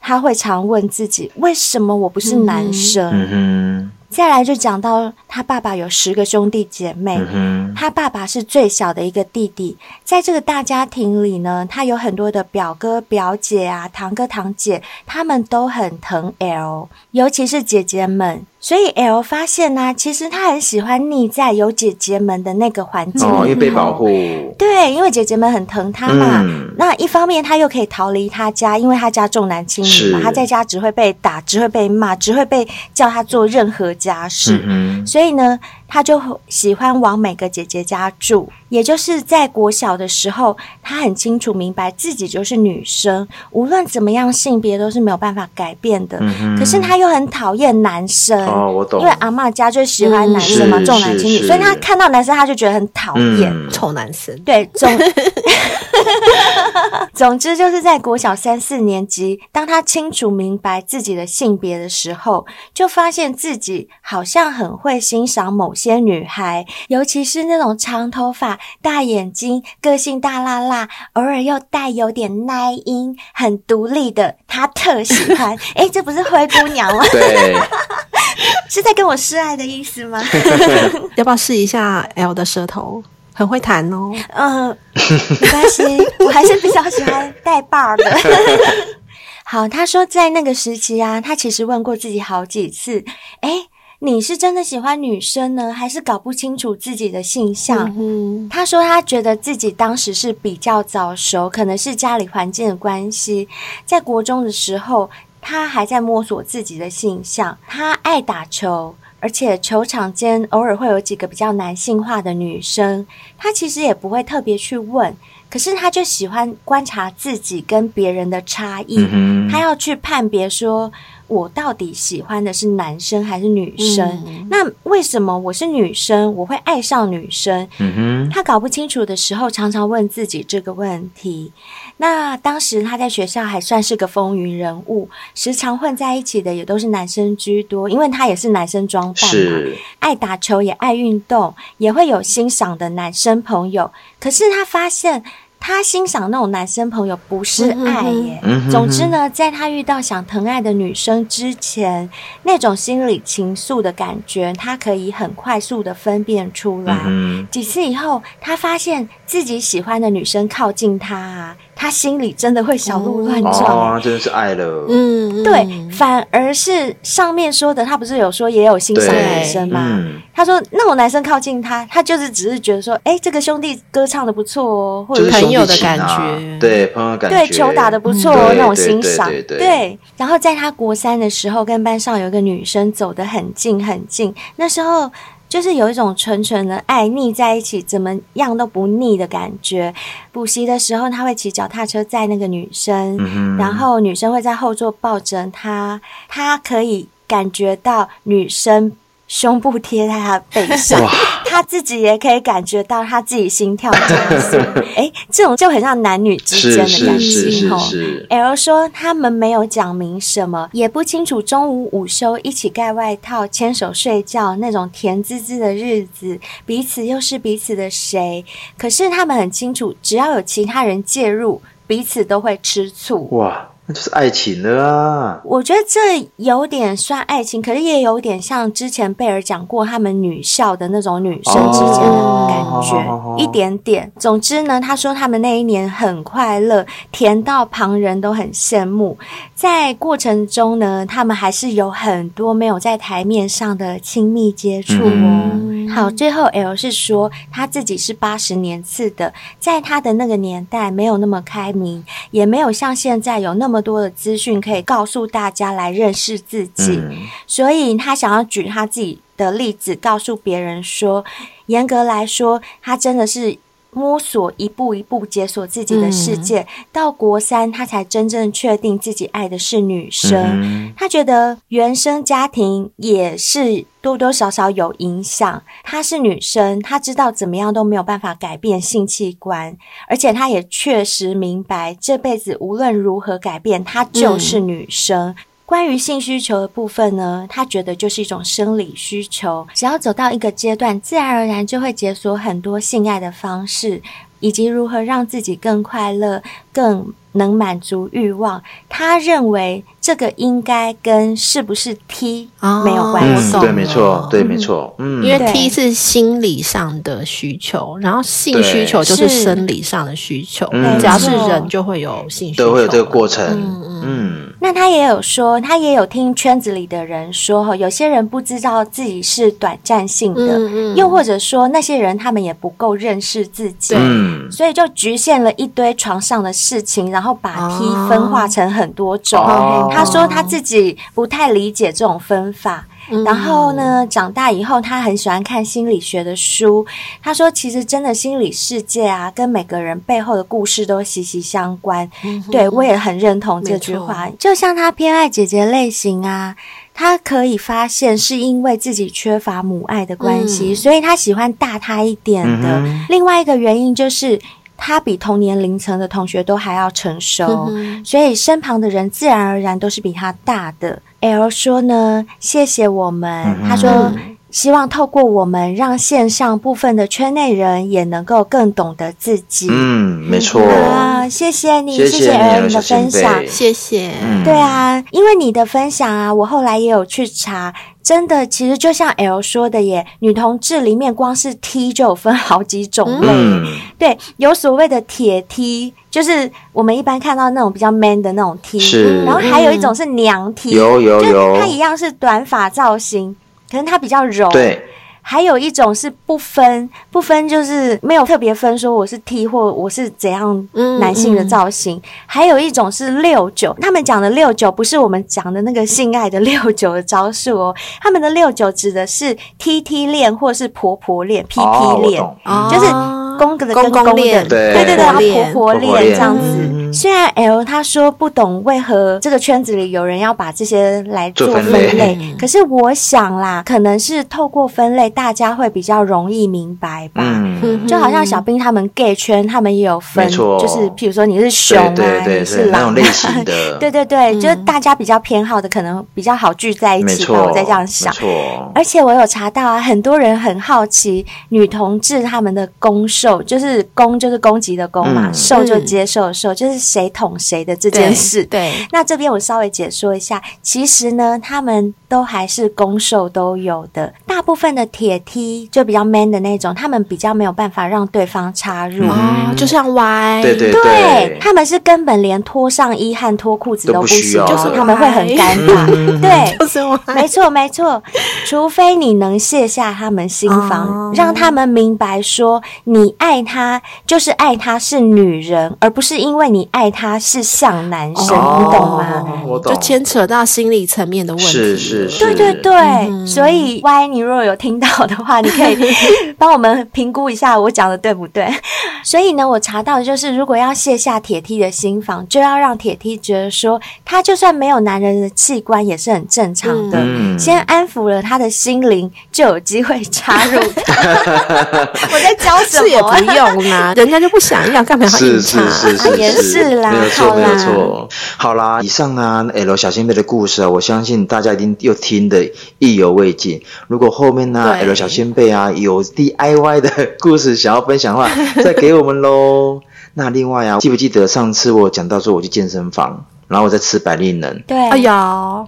Speaker 2: 他会常问自己，为什么我不是男生？
Speaker 4: 嗯
Speaker 2: 再来就讲到他爸爸有十个兄弟姐妹，
Speaker 4: 哼，嗯
Speaker 2: 他爸爸是最小的一个弟弟，在这个大家庭里呢，他有很多的表哥、表姐啊、堂哥、堂姐，他们都很疼 L，尤其是姐姐们。所以 L 发现呢、其实他很喜欢腻在有姐姐们的那个环
Speaker 4: 哼，
Speaker 2: 境里头，
Speaker 4: 哦，因为被保护，
Speaker 2: 对，因为姐姐们很疼他嘛。
Speaker 4: 嗯
Speaker 2: 那一方面，他又可以逃离他家，因为他家重男轻女嘛，
Speaker 4: 是
Speaker 2: 他在家只会被打，只会被骂，只会被叫他做任何家事。
Speaker 4: 嗯哼，
Speaker 2: 所以呢，他就喜欢往每个姐姐家住。也就是在国小的时候，他很清楚明白自己就是女生，无论怎么样性别都是没有办法改变的。
Speaker 4: 嗯哼
Speaker 2: 可是他又很讨厌男生，
Speaker 4: 哦，我懂
Speaker 2: 因为，阿嬷家就喜欢男生嘛，
Speaker 4: 嗯
Speaker 2: 重男轻女，
Speaker 4: 是是
Speaker 2: 所以他看到男生他就觉得很讨厌。
Speaker 4: 嗯，
Speaker 3: 臭男生。
Speaker 2: 对，总 总之就是在国小三四年级，当他清楚明白自己的性别的时候，就发现自己好像很会欣赏某些女孩，尤其是那种长头发、大眼睛、个性大辣辣，偶尔又带有点奶音、很独立的，他特喜欢。 诶，这不是灰姑娘吗？
Speaker 4: 对，
Speaker 2: 是在跟我示爱的意思吗？
Speaker 3: 要不要试一下 L 的舌头？很会弹哦。
Speaker 2: 嗯，没关系，我还是比较喜欢带把儿的。好，他说在那个时期啊，他其实问过自己好几次，诶，你是真的喜欢女生呢，还是搞不清楚自己的性向？
Speaker 3: 嗯，
Speaker 2: 他说他觉得自己当时是比较早熟，可能是家里环境的关系，在国中的时候，他还在摸索自己的性向。他爱打球，而且球场间偶尔会有几个比较男性化的女生，他其实也不会特别去问，可是他就喜欢观察自己跟别人的差异。
Speaker 4: 嗯
Speaker 2: 他
Speaker 4: 哼，
Speaker 2: 要去判别说，我到底喜欢的是男生还是女生？那为什么我是女生，我会爱上女生？
Speaker 4: 嗯哼，
Speaker 2: 他搞不清楚的时候，常常问自己这个问题。那当时他在学校还算是个风云人物，时常混在一起的也都是男生居多，因为他也是男生装扮嘛，
Speaker 4: 是，
Speaker 2: 爱打球也爱运动，也会有欣赏的男生朋友。可是他发现。他欣赏那种男生朋友不是爱耶。
Speaker 4: 嗯哼哼
Speaker 2: 总之呢，在他遇到想疼爱的女生之前，那种心理情愫的感觉，他可以很快速的分辨出来。
Speaker 4: 嗯
Speaker 2: 几次以后，他发现自己喜欢的女生靠近他、啊，他心里真的会小鹿乱
Speaker 4: 哼，
Speaker 2: 撞。
Speaker 4: 哦，真的是爱了，
Speaker 3: 嗯，
Speaker 2: 对，反而是上面说的，他不是有说也有欣赏的女生吗？
Speaker 4: 嗯，
Speaker 2: 他说那种男生靠近他，他就是只是觉得说，哎、这个兄弟歌唱的不错哦，或
Speaker 4: 就
Speaker 2: 者
Speaker 4: 是
Speaker 2: 是
Speaker 4: 兄
Speaker 3: 朋友
Speaker 4: 弟
Speaker 3: 的
Speaker 4: 情
Speaker 3: 感
Speaker 4: 啊
Speaker 3: 觉
Speaker 4: 对朋友的感觉，
Speaker 2: 对球打的不错哦，
Speaker 4: 嗯
Speaker 2: 那种
Speaker 4: 对
Speaker 2: 欣
Speaker 4: 对
Speaker 2: 赏。
Speaker 4: 对对
Speaker 2: 然后在他国三的时候，跟班上有一个女生走得很近很近，那时候。就是有一种纯纯的爱腻在一起，怎么样都不腻的感觉。补习的时候，他会骑脚踏车载那个女生，
Speaker 4: 嗯哼
Speaker 2: 然后女生会在后座抱着他，他可以感觉到女生胸部贴在他背上，他自己也可以感觉到他自己心跳加速。哎，这种就很像男女之
Speaker 4: 是
Speaker 2: 间的感
Speaker 4: 是是
Speaker 2: 情
Speaker 4: 是
Speaker 2: 吼。
Speaker 4: 是，
Speaker 2: L 说他们没有讲明什么，也不清楚中午午休一起盖外套、牵手睡觉那种甜滋滋的日子，彼此又是彼此的谁？可是他们很清楚，只要有其他人介入，彼此都会吃醋。
Speaker 4: 哇，那就是爱情了啊，
Speaker 2: 我觉得这有点算爱情，可是也有点像之前贝尔讲过他们女校的那种女生之间的感觉，
Speaker 4: 哦
Speaker 2: 一点点。总之呢，他说他们那一年很快乐，甜到旁人都很羡慕。在过程中呢，他们还是有很多没有在台面上的亲密接触哦。
Speaker 4: 嗯
Speaker 2: 好，最后 L 是说他自己是八十年次的，在他的那个年代没有那么开明，也没有像现在有那么多的资讯可以告诉大家来认识自己，
Speaker 4: 嗯
Speaker 2: 所以他想要举他自己的例子告诉别人说，严格来说，他真的是。摸索一步一步解锁自己的世
Speaker 4: 嗯
Speaker 2: 界，到国三他才真正确定自己爱的是女生。
Speaker 4: 嗯
Speaker 2: 他觉得原生家庭也是多多少少有影响。她是女生，她知道怎么样都没有办法改变性器官，而且她也确实明白这辈子无论如何改变，她就是女生。关于性需求的部分呢，她觉得就是一种生理需求，只要走到一个阶段，自然而然就会解锁很多性爱的方式，以及如何让自己更快乐、更能满足欲望。他认为这个应该跟是不是 T
Speaker 3: 哦
Speaker 2: 没有关
Speaker 3: 我
Speaker 2: 系。
Speaker 4: 嗯，
Speaker 3: 懂
Speaker 4: 对，没错
Speaker 3: 了，
Speaker 4: 对，没错，嗯，
Speaker 3: 因为
Speaker 2: 对
Speaker 3: T 是心理上的需求，然后性
Speaker 4: 对
Speaker 3: 需求就是
Speaker 2: 是
Speaker 3: 生理上的需求
Speaker 4: 嗯，
Speaker 3: 只要是
Speaker 2: 没错
Speaker 3: 人就会有性需求，
Speaker 4: 都会有这个过程，
Speaker 3: 嗯
Speaker 4: 嗯
Speaker 2: 那他也有说，他也有听圈子里的人说，哈，有些人不知道自己是短暂性的，
Speaker 3: 嗯嗯
Speaker 2: 又或者说那些人他们也不够认识自己。
Speaker 4: 嗯，
Speaker 2: 所以就局限了一堆床上的事情，然后把 T
Speaker 3: 哦
Speaker 2: 分化成很多种。
Speaker 4: 哦
Speaker 2: 他说他自己不太理解这种分法，然后呢，长大以后他很喜欢看心理学的书。他说，其实真的心理世界啊，跟每个人背后的故事都息息相关。
Speaker 3: 嗯
Speaker 2: 对我也很认同这句话。就像他偏爱姐姐类型啊，他可以发现是因为自己缺乏母爱的关系，
Speaker 3: 嗯
Speaker 2: 所以他喜欢大他一点的。
Speaker 4: 嗯
Speaker 2: 另外一个原因就是。他比同年龄层的同学都还要成熟，
Speaker 3: 嗯
Speaker 2: 所以身旁的人自然而然都是比他大的。L 说呢，谢谢我们，
Speaker 4: 嗯哼
Speaker 2: 他说。希望透过我们，让线上部分的圈内人也能够更懂得自己。
Speaker 4: 嗯，没错，
Speaker 2: 啊，谢谢你，
Speaker 4: 谢
Speaker 2: 谢
Speaker 4: 你啊
Speaker 2: L 你
Speaker 4: 小
Speaker 2: 的分
Speaker 4: 仙
Speaker 2: 享。
Speaker 4: 贝，
Speaker 3: 谢谢。
Speaker 4: 嗯
Speaker 2: 对啊，因为你的分享啊，我后来也有去查，真的，其实就像 L 说的耶，女同志里面光是 T 就有分好几种类。
Speaker 4: 嗯，
Speaker 2: 对，有所谓的铁梯，就是我们一般看到那种比较 man 的那种梯，
Speaker 4: 是
Speaker 2: 然后还有一
Speaker 3: 嗯
Speaker 2: 种是娘梯，
Speaker 4: 有有
Speaker 2: 就是
Speaker 4: 有
Speaker 2: 它，一样是短发造型，可能它比较柔。，
Speaker 4: 对，
Speaker 2: 还有一种是不分，不分就是没有特别分说我是 T 或我是怎样
Speaker 3: 嗯
Speaker 2: 男性的造型，还有一种是六九，他们讲的六九不是我们讲的那个性爱的六九的招数哦，他们的六九指的是 T T 恋或是婆婆恋、P
Speaker 4: 哦
Speaker 2: P
Speaker 4: 我
Speaker 2: 恋。
Speaker 4: 懂，
Speaker 3: 哦
Speaker 2: 就是公的跟
Speaker 3: 公
Speaker 2: 公的，
Speaker 3: 公恋
Speaker 4: 对
Speaker 2: 对对，
Speaker 4: 婆
Speaker 2: 然后
Speaker 4: 婆
Speaker 2: 婆
Speaker 3: 恋
Speaker 2: 婆
Speaker 4: 婆婆
Speaker 2: 恋
Speaker 4: 恋
Speaker 2: 这样子。
Speaker 4: 嗯
Speaker 2: 虽然 L 他说不懂为何这个圈子里有人要把这些来做
Speaker 4: 做
Speaker 2: 分
Speaker 4: 分
Speaker 2: 类，
Speaker 4: 类
Speaker 3: 嗯
Speaker 2: 可是我想啦，可能是透过分类，大家会比较容易明白吧。
Speaker 4: 嗯，
Speaker 2: 就好像小兵他们 gay 圈，他们也有分，
Speaker 4: 没错
Speaker 2: 就是譬如说你是熊啊
Speaker 4: 对，对对
Speaker 2: 你是
Speaker 4: 对，那
Speaker 2: 狼
Speaker 4: 种
Speaker 2: 啊
Speaker 4: 类型 的，
Speaker 2: 对对对，
Speaker 3: 嗯
Speaker 2: 就是大家比较偏好的，可能比较好聚在一
Speaker 4: 没
Speaker 2: 起吧。
Speaker 4: 错，
Speaker 2: 我在这样想
Speaker 4: 没。错，
Speaker 2: 而且我有查到啊，很多人很好奇女同志她们的攻受，就是攻就是攻击的攻嘛，
Speaker 4: 嗯
Speaker 2: 受就接受的受，就是谁捅谁的这
Speaker 3: 对
Speaker 2: 件事。
Speaker 3: 对，
Speaker 2: 那这边我稍微解说一下，其实呢，他们都还是攻受都有的。大部分的铁梯就比较 man 的那种，他们比较没有办法让对方插入。
Speaker 3: 哦，就像 Y，
Speaker 4: 嗯对对
Speaker 2: 对，他们是根本连脱上衣和脱裤子都
Speaker 4: 都
Speaker 2: 不
Speaker 4: 不需
Speaker 2: 行，
Speaker 4: 要
Speaker 2: 就是
Speaker 4: 的
Speaker 2: 他们会很尴尬。对，
Speaker 3: 就是
Speaker 2: 没
Speaker 3: Y，
Speaker 2: 错，没错，除非你能卸下他们心防，
Speaker 3: 哦
Speaker 2: 让他们明白说，你爱他就是爱他是女人，而不是因为你爱他是像男生，
Speaker 3: 哦
Speaker 2: 你懂吗？
Speaker 4: 我懂，
Speaker 3: 就牵扯到心理层面的问题了。
Speaker 4: 是是嗯是
Speaker 2: 对对对，所以 Y，你如果有听到的话，你 可以帮我们评估一下我讲的对不对。 所以呢，我查到的就是，如果要卸下铁梯的心防，就要让铁梯觉得说，他就算没有男人的器官也是很正常的。
Speaker 4: 嗯
Speaker 2: 先安抚了他的心灵，就有机会插 入。我在教什
Speaker 3: 是也
Speaker 2: 么
Speaker 3: 不
Speaker 2: 啊？
Speaker 3: 用啦，人家就不想要，干嘛要硬
Speaker 4: 是
Speaker 3: 插
Speaker 4: 是？是
Speaker 2: 啊
Speaker 4: 是
Speaker 2: 也是啦
Speaker 4: 没有错
Speaker 2: 好
Speaker 4: 没
Speaker 2: 啦
Speaker 4: 有错。好啦，以上呢 L 小仙贝的故事啊，我相信大家一定又听得意犹未尽。如果后面呢、
Speaker 3: 对
Speaker 4: L 小仙贝啊有 DIY 的故事想要分 享的话，再给我们喽。那另外啊，记不记得上次我讲到说我去健身房，然后我在吃百利能。
Speaker 2: 对，
Speaker 3: 哎呦，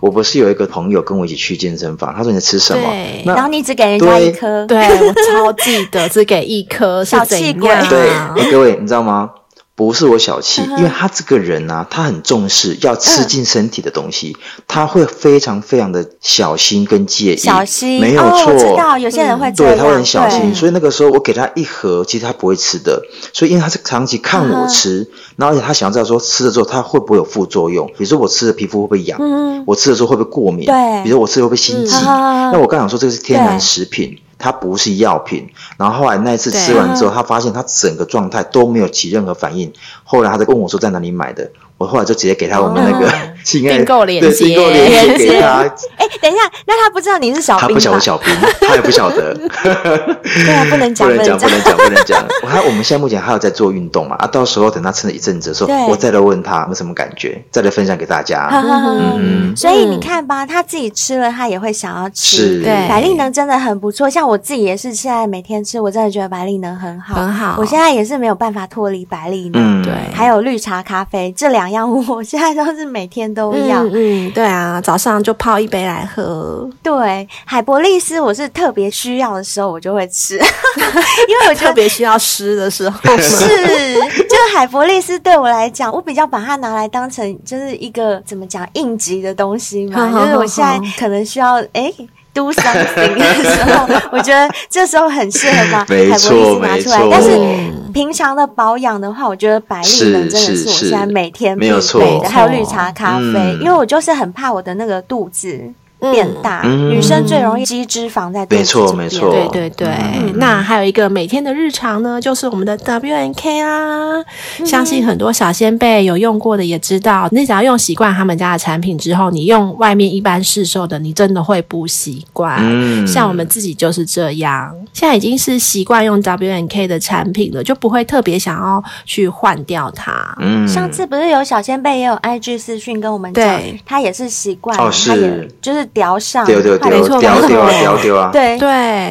Speaker 4: 我不是有一个朋友跟我一起去健身房，他说你在吃什么
Speaker 3: 对？
Speaker 2: 然后
Speaker 4: 那
Speaker 2: 你只给人家一颗，
Speaker 3: 对我超记得，只给一颗是
Speaker 2: 小
Speaker 3: 怎
Speaker 2: 气鬼
Speaker 3: 样？
Speaker 4: 对，
Speaker 2: 啊
Speaker 4: 哎，各位，你知道吗？不是我小
Speaker 2: 嗯
Speaker 4: 气，因为他这个人啊，他很重视要吃进身体的东西，他会非常非常的小心跟介意，
Speaker 2: 小心。
Speaker 4: 没有
Speaker 2: 哦，
Speaker 4: 错。嗯
Speaker 2: 我知道有些人会这样，
Speaker 4: 对，他会很小心，
Speaker 2: 对
Speaker 4: 所以那个时候我给他一盒，其实他不会吃的，所以因为他是长期看
Speaker 2: 嗯
Speaker 4: 我吃，然后而且他想要知道说吃了之后他会不会有副作用，比如说我吃了皮肤会不会痒，
Speaker 2: 嗯
Speaker 4: 我吃了之后会不会过敏，
Speaker 2: 对
Speaker 4: 比如说我吃了会不会心悸，
Speaker 2: 嗯啊
Speaker 4: 那我刚想说这个是天然
Speaker 2: 对
Speaker 4: 食品。它不是药品，然后后来那一次吃完之后，他发现他整个状态都没有起任何反应。后来他就问我说在哪里买的，我后来就直接给他我们那个
Speaker 3: 嗯
Speaker 4: 亲爱的
Speaker 3: 订购链
Speaker 4: 对
Speaker 3: 接
Speaker 4: 订购链接给他，
Speaker 2: 哎，等一下，那他不知道你是小
Speaker 4: 他
Speaker 2: 兵
Speaker 4: 不晓
Speaker 2: 吧
Speaker 4: 得？小兵，他也不晓得，
Speaker 2: 对啊，不 能讲，
Speaker 4: 不能讲，
Speaker 2: 讲
Speaker 4: 不。能讲，不能讲。他我们现在目前还有在做运动嘛？啊，到时候等他撑了一阵子的时
Speaker 2: 对
Speaker 4: 候，我再来问他有什么感觉，再来分享给大
Speaker 2: 哈
Speaker 4: 家。
Speaker 2: 哈哈
Speaker 4: 嗯
Speaker 2: 所以你看吧，他自己吃了，他也会想要吃。
Speaker 4: 是，
Speaker 3: 对
Speaker 2: 百利能真的很不错，像我自己也是现在每天吃，我真的觉得百利能很好。
Speaker 3: 很好。
Speaker 2: 我现在也是没有办法脱离百利能，
Speaker 4: 嗯，
Speaker 3: 对
Speaker 2: 还有绿茶咖啡这两样，我现在都是每天都要。
Speaker 3: 嗯嗯，对啊，早上就泡一杯来喝，
Speaker 2: 对，海博利斯我是特别需要的时候我就会吃， 因为我觉
Speaker 3: 特
Speaker 2: 得
Speaker 3: 别需要湿的时候 嘛。
Speaker 2: 是，就是海博利斯对我来讲，我比较把它拿来当成就是一个怎么讲应急的东西嘛，
Speaker 3: 好好
Speaker 2: 就是我现在
Speaker 3: 好好
Speaker 2: 可能需要哎。do something 的时候，我觉得这时候很适合把海博
Speaker 4: 没
Speaker 2: 利斯
Speaker 4: 错
Speaker 2: 拿
Speaker 4: 没
Speaker 2: 出
Speaker 4: 错
Speaker 2: 来。。但是
Speaker 3: 嗯
Speaker 2: 平常的保养的话，我觉得百利
Speaker 4: 是
Speaker 2: 能真的
Speaker 4: 是
Speaker 2: 是我
Speaker 4: 是
Speaker 2: 现在每天必
Speaker 4: 没有
Speaker 2: 备
Speaker 4: 错
Speaker 2: 的，还有绿茶咖啡，
Speaker 4: 嗯
Speaker 2: 因为我就是很怕我的那个肚子变大，
Speaker 4: 嗯
Speaker 2: 女生最容易肌脂肪在肚
Speaker 4: 没
Speaker 2: 子
Speaker 4: 错
Speaker 2: 这
Speaker 4: 没
Speaker 2: 边
Speaker 4: 错
Speaker 3: 对对对，那还有一个每天的日常呢，就是我们的 W N K 啊啦。相信很多小先辈有用过的也知道，你只要用习惯他们家的产品之后，你用外面一般市售的，你真的会不习惯。
Speaker 4: 嗯
Speaker 3: 啊像我们自己就是这样，现在已经是习惯用 W N K 的产品了，就不会特别想要去换掉它。
Speaker 4: 嗯，
Speaker 2: 上次不是有小先辈也有 IG 私讯跟我们讲
Speaker 3: 对，
Speaker 2: 他也是习惯，
Speaker 4: 哦
Speaker 2: 他也
Speaker 4: 是
Speaker 2: 就是屌上，
Speaker 4: 丢丢
Speaker 2: 他也
Speaker 3: 没
Speaker 4: 丢
Speaker 3: 错
Speaker 4: 丢
Speaker 3: 没
Speaker 4: 丢 啊
Speaker 3: 错
Speaker 4: 丢丢啊，
Speaker 2: 对，嗯
Speaker 3: 对，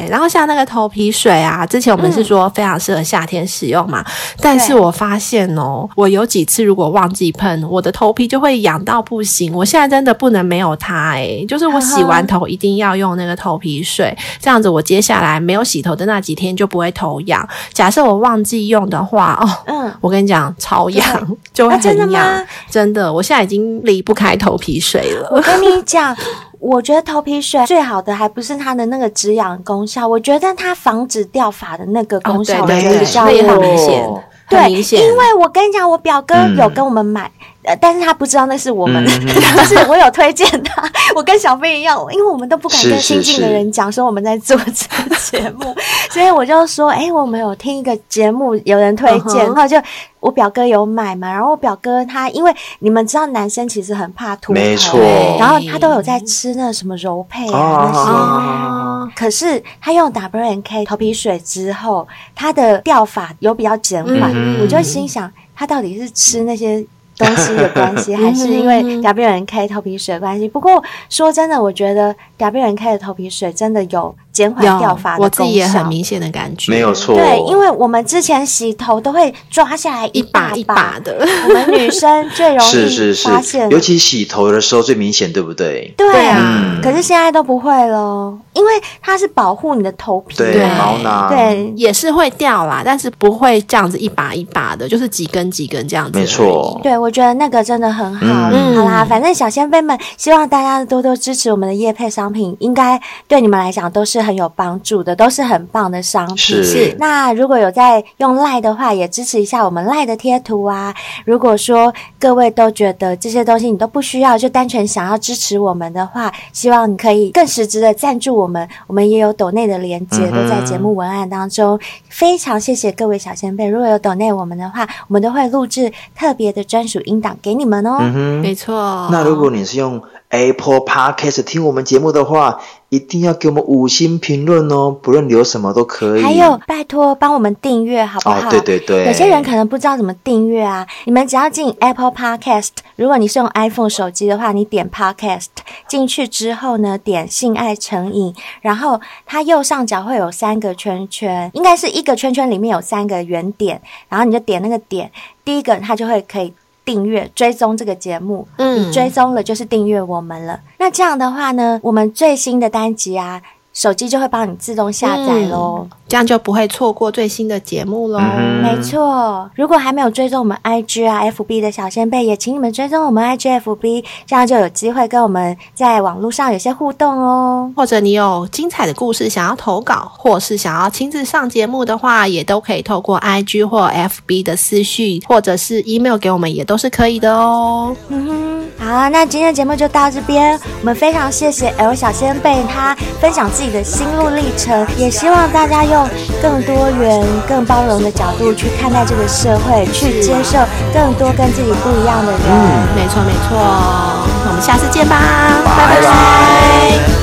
Speaker 3: 然后像那个头皮水啊，之前我们是说非常适合夏天使用嘛，但是我发现哦，我有几次如果忘记喷，我的头皮就会痒到不行。我现在真的不能没有它诶、就是我洗完头一定要用那个头皮水，
Speaker 2: 嗯
Speaker 3: 这样子我接下来没有洗头的那几天就不会头痒。假设我忘记用的话，哦，
Speaker 2: 嗯，
Speaker 3: 我跟你讲，超痒，就会
Speaker 2: 啊真的
Speaker 3: 很痒，
Speaker 2: 吗
Speaker 3: 真的，我现在已经离不开头皮水了。
Speaker 2: 我跟你讲， 我觉得头皮水最好的还不是它的那个止痒功效，我觉得它防止掉发的那个功效，
Speaker 3: 哦
Speaker 2: 我
Speaker 3: 对
Speaker 2: 觉得
Speaker 3: 对
Speaker 2: 比
Speaker 3: 对
Speaker 2: 较
Speaker 3: 那也很
Speaker 2: 有
Speaker 3: 明显
Speaker 4: 哦
Speaker 3: 很
Speaker 2: 对，
Speaker 3: 明显
Speaker 2: 因为我跟你讲，我表哥
Speaker 4: 嗯
Speaker 2: 有跟我们买，呃，但是他不知道那是我们，
Speaker 4: 嗯
Speaker 2: 就是我有推荐他。我跟小飞一样，因为我们都不敢
Speaker 4: 是
Speaker 2: 跟
Speaker 4: 是
Speaker 2: 亲近的
Speaker 4: 是
Speaker 2: 人讲说我们在做这个节 目，所以我就说，哎、我们有听一个节目，有人推荐，
Speaker 3: 嗯哼
Speaker 2: 然后就我表哥有买嘛，然后我表哥他因为你们知道男生其实很怕秃头，
Speaker 4: 没错
Speaker 3: 对
Speaker 2: 然后他都有在吃那什么柔配啊那些。
Speaker 3: 哦，
Speaker 2: 可是他用 W N K 头皮水之后，他的掉发有比较减缓，
Speaker 4: 嗯
Speaker 2: 我就心想，他到底是吃那些东西的关系，还是因为
Speaker 3: 嗯
Speaker 2: W N K 头皮水的关系？不过说真的，我觉得 W N K 的头皮水真的有减缓掉
Speaker 3: 有
Speaker 2: 发，
Speaker 3: 我
Speaker 2: 的
Speaker 3: 自
Speaker 2: 功
Speaker 3: 己也很
Speaker 2: 效。
Speaker 3: 明显的感觉，
Speaker 4: 没有错，
Speaker 2: 对，因为我们之前洗头都会抓下来
Speaker 3: 一
Speaker 2: 把
Speaker 3: 把一把的。
Speaker 2: 我们女生最容
Speaker 4: 是是
Speaker 2: 易
Speaker 4: 是
Speaker 2: 发现，
Speaker 4: 尤其洗头的时候最明显，对不对？
Speaker 2: 对
Speaker 3: 对啊
Speaker 4: 嗯
Speaker 2: 可是现在都不会喽，因为它是保护你的头皮，
Speaker 4: 对，
Speaker 3: 对
Speaker 4: 毛囊，
Speaker 2: 对
Speaker 3: 也是会掉啦，但是不会这样子一把一把的，就是几根几根这样子。
Speaker 4: 没错，
Speaker 2: 对，我觉得那个真的很好。
Speaker 4: 嗯
Speaker 2: 好啦，反正小先辈们，希望大家多多支持我们的叶配商品，应该对你们来讲都是很有帮助的，都是很棒的商品。
Speaker 4: 是是
Speaker 2: 那如果有在用赖的话，也支持一下我们赖的贴图啊。如果说各位都觉得这些东西你都不需要，就单纯想要支持我们的话，希望你可以更实质的赞助我们。我们也有抖内的连接，
Speaker 4: 嗯
Speaker 2: 都
Speaker 4: 哼
Speaker 2: 在节目文案当中。非常谢谢各位小先辈，如果有抖内我们的话，我们都会录制特别的专属音档给你们哦。
Speaker 4: 嗯哼。
Speaker 3: 没错。
Speaker 4: 那如果你是用 Apple Podcast 听我们节目的话，一定要给我们五星评论哦，不论留什么都可以。
Speaker 2: 还有，拜托帮我们订阅好不好？
Speaker 4: 哦，对对对，
Speaker 2: 有些人可能不知道怎么订阅啊，你们只要进 Apple Podcast，如果你是用 iPhone 手机的话，你点 Podcast 进去之后呢，点性爱成瘾，然后它右上角会有三个圈圈，应该是一个圈圈里面有三个圆点，然后你就点那个点，第一个它就会可以。订阅追踪这个节目，
Speaker 3: 嗯
Speaker 2: 你追踪了就是订阅我们了。那这样的话呢，我们最新的单集啊，手机就会帮你自动下载喽。
Speaker 3: 这样就不会错过最新的节目喽。
Speaker 4: 嗯哼
Speaker 2: 没错，如果还没有追踪我们 IG 啊、FB 的小先辈，也请你们追踪我们 IG、FB，这样就有机会跟我们在网络上有些互动哦。
Speaker 3: 或者你有精彩的故事想要投稿，或是想要亲自上节目的话，也都可以透过 IG 或 FB 的私讯，或者是 email 给我们，也都是可以的哦。
Speaker 2: 嗯哼，好，那今天的节目就到这边，我们非常谢谢 L 小先辈他分享自己的心路历程，也希望大家用更多元、更包容的角度去看待这个社会，去接受更多跟自己不一样的人。
Speaker 3: 没错没错，那我们下次见吧，拜拜
Speaker 4: 拜拜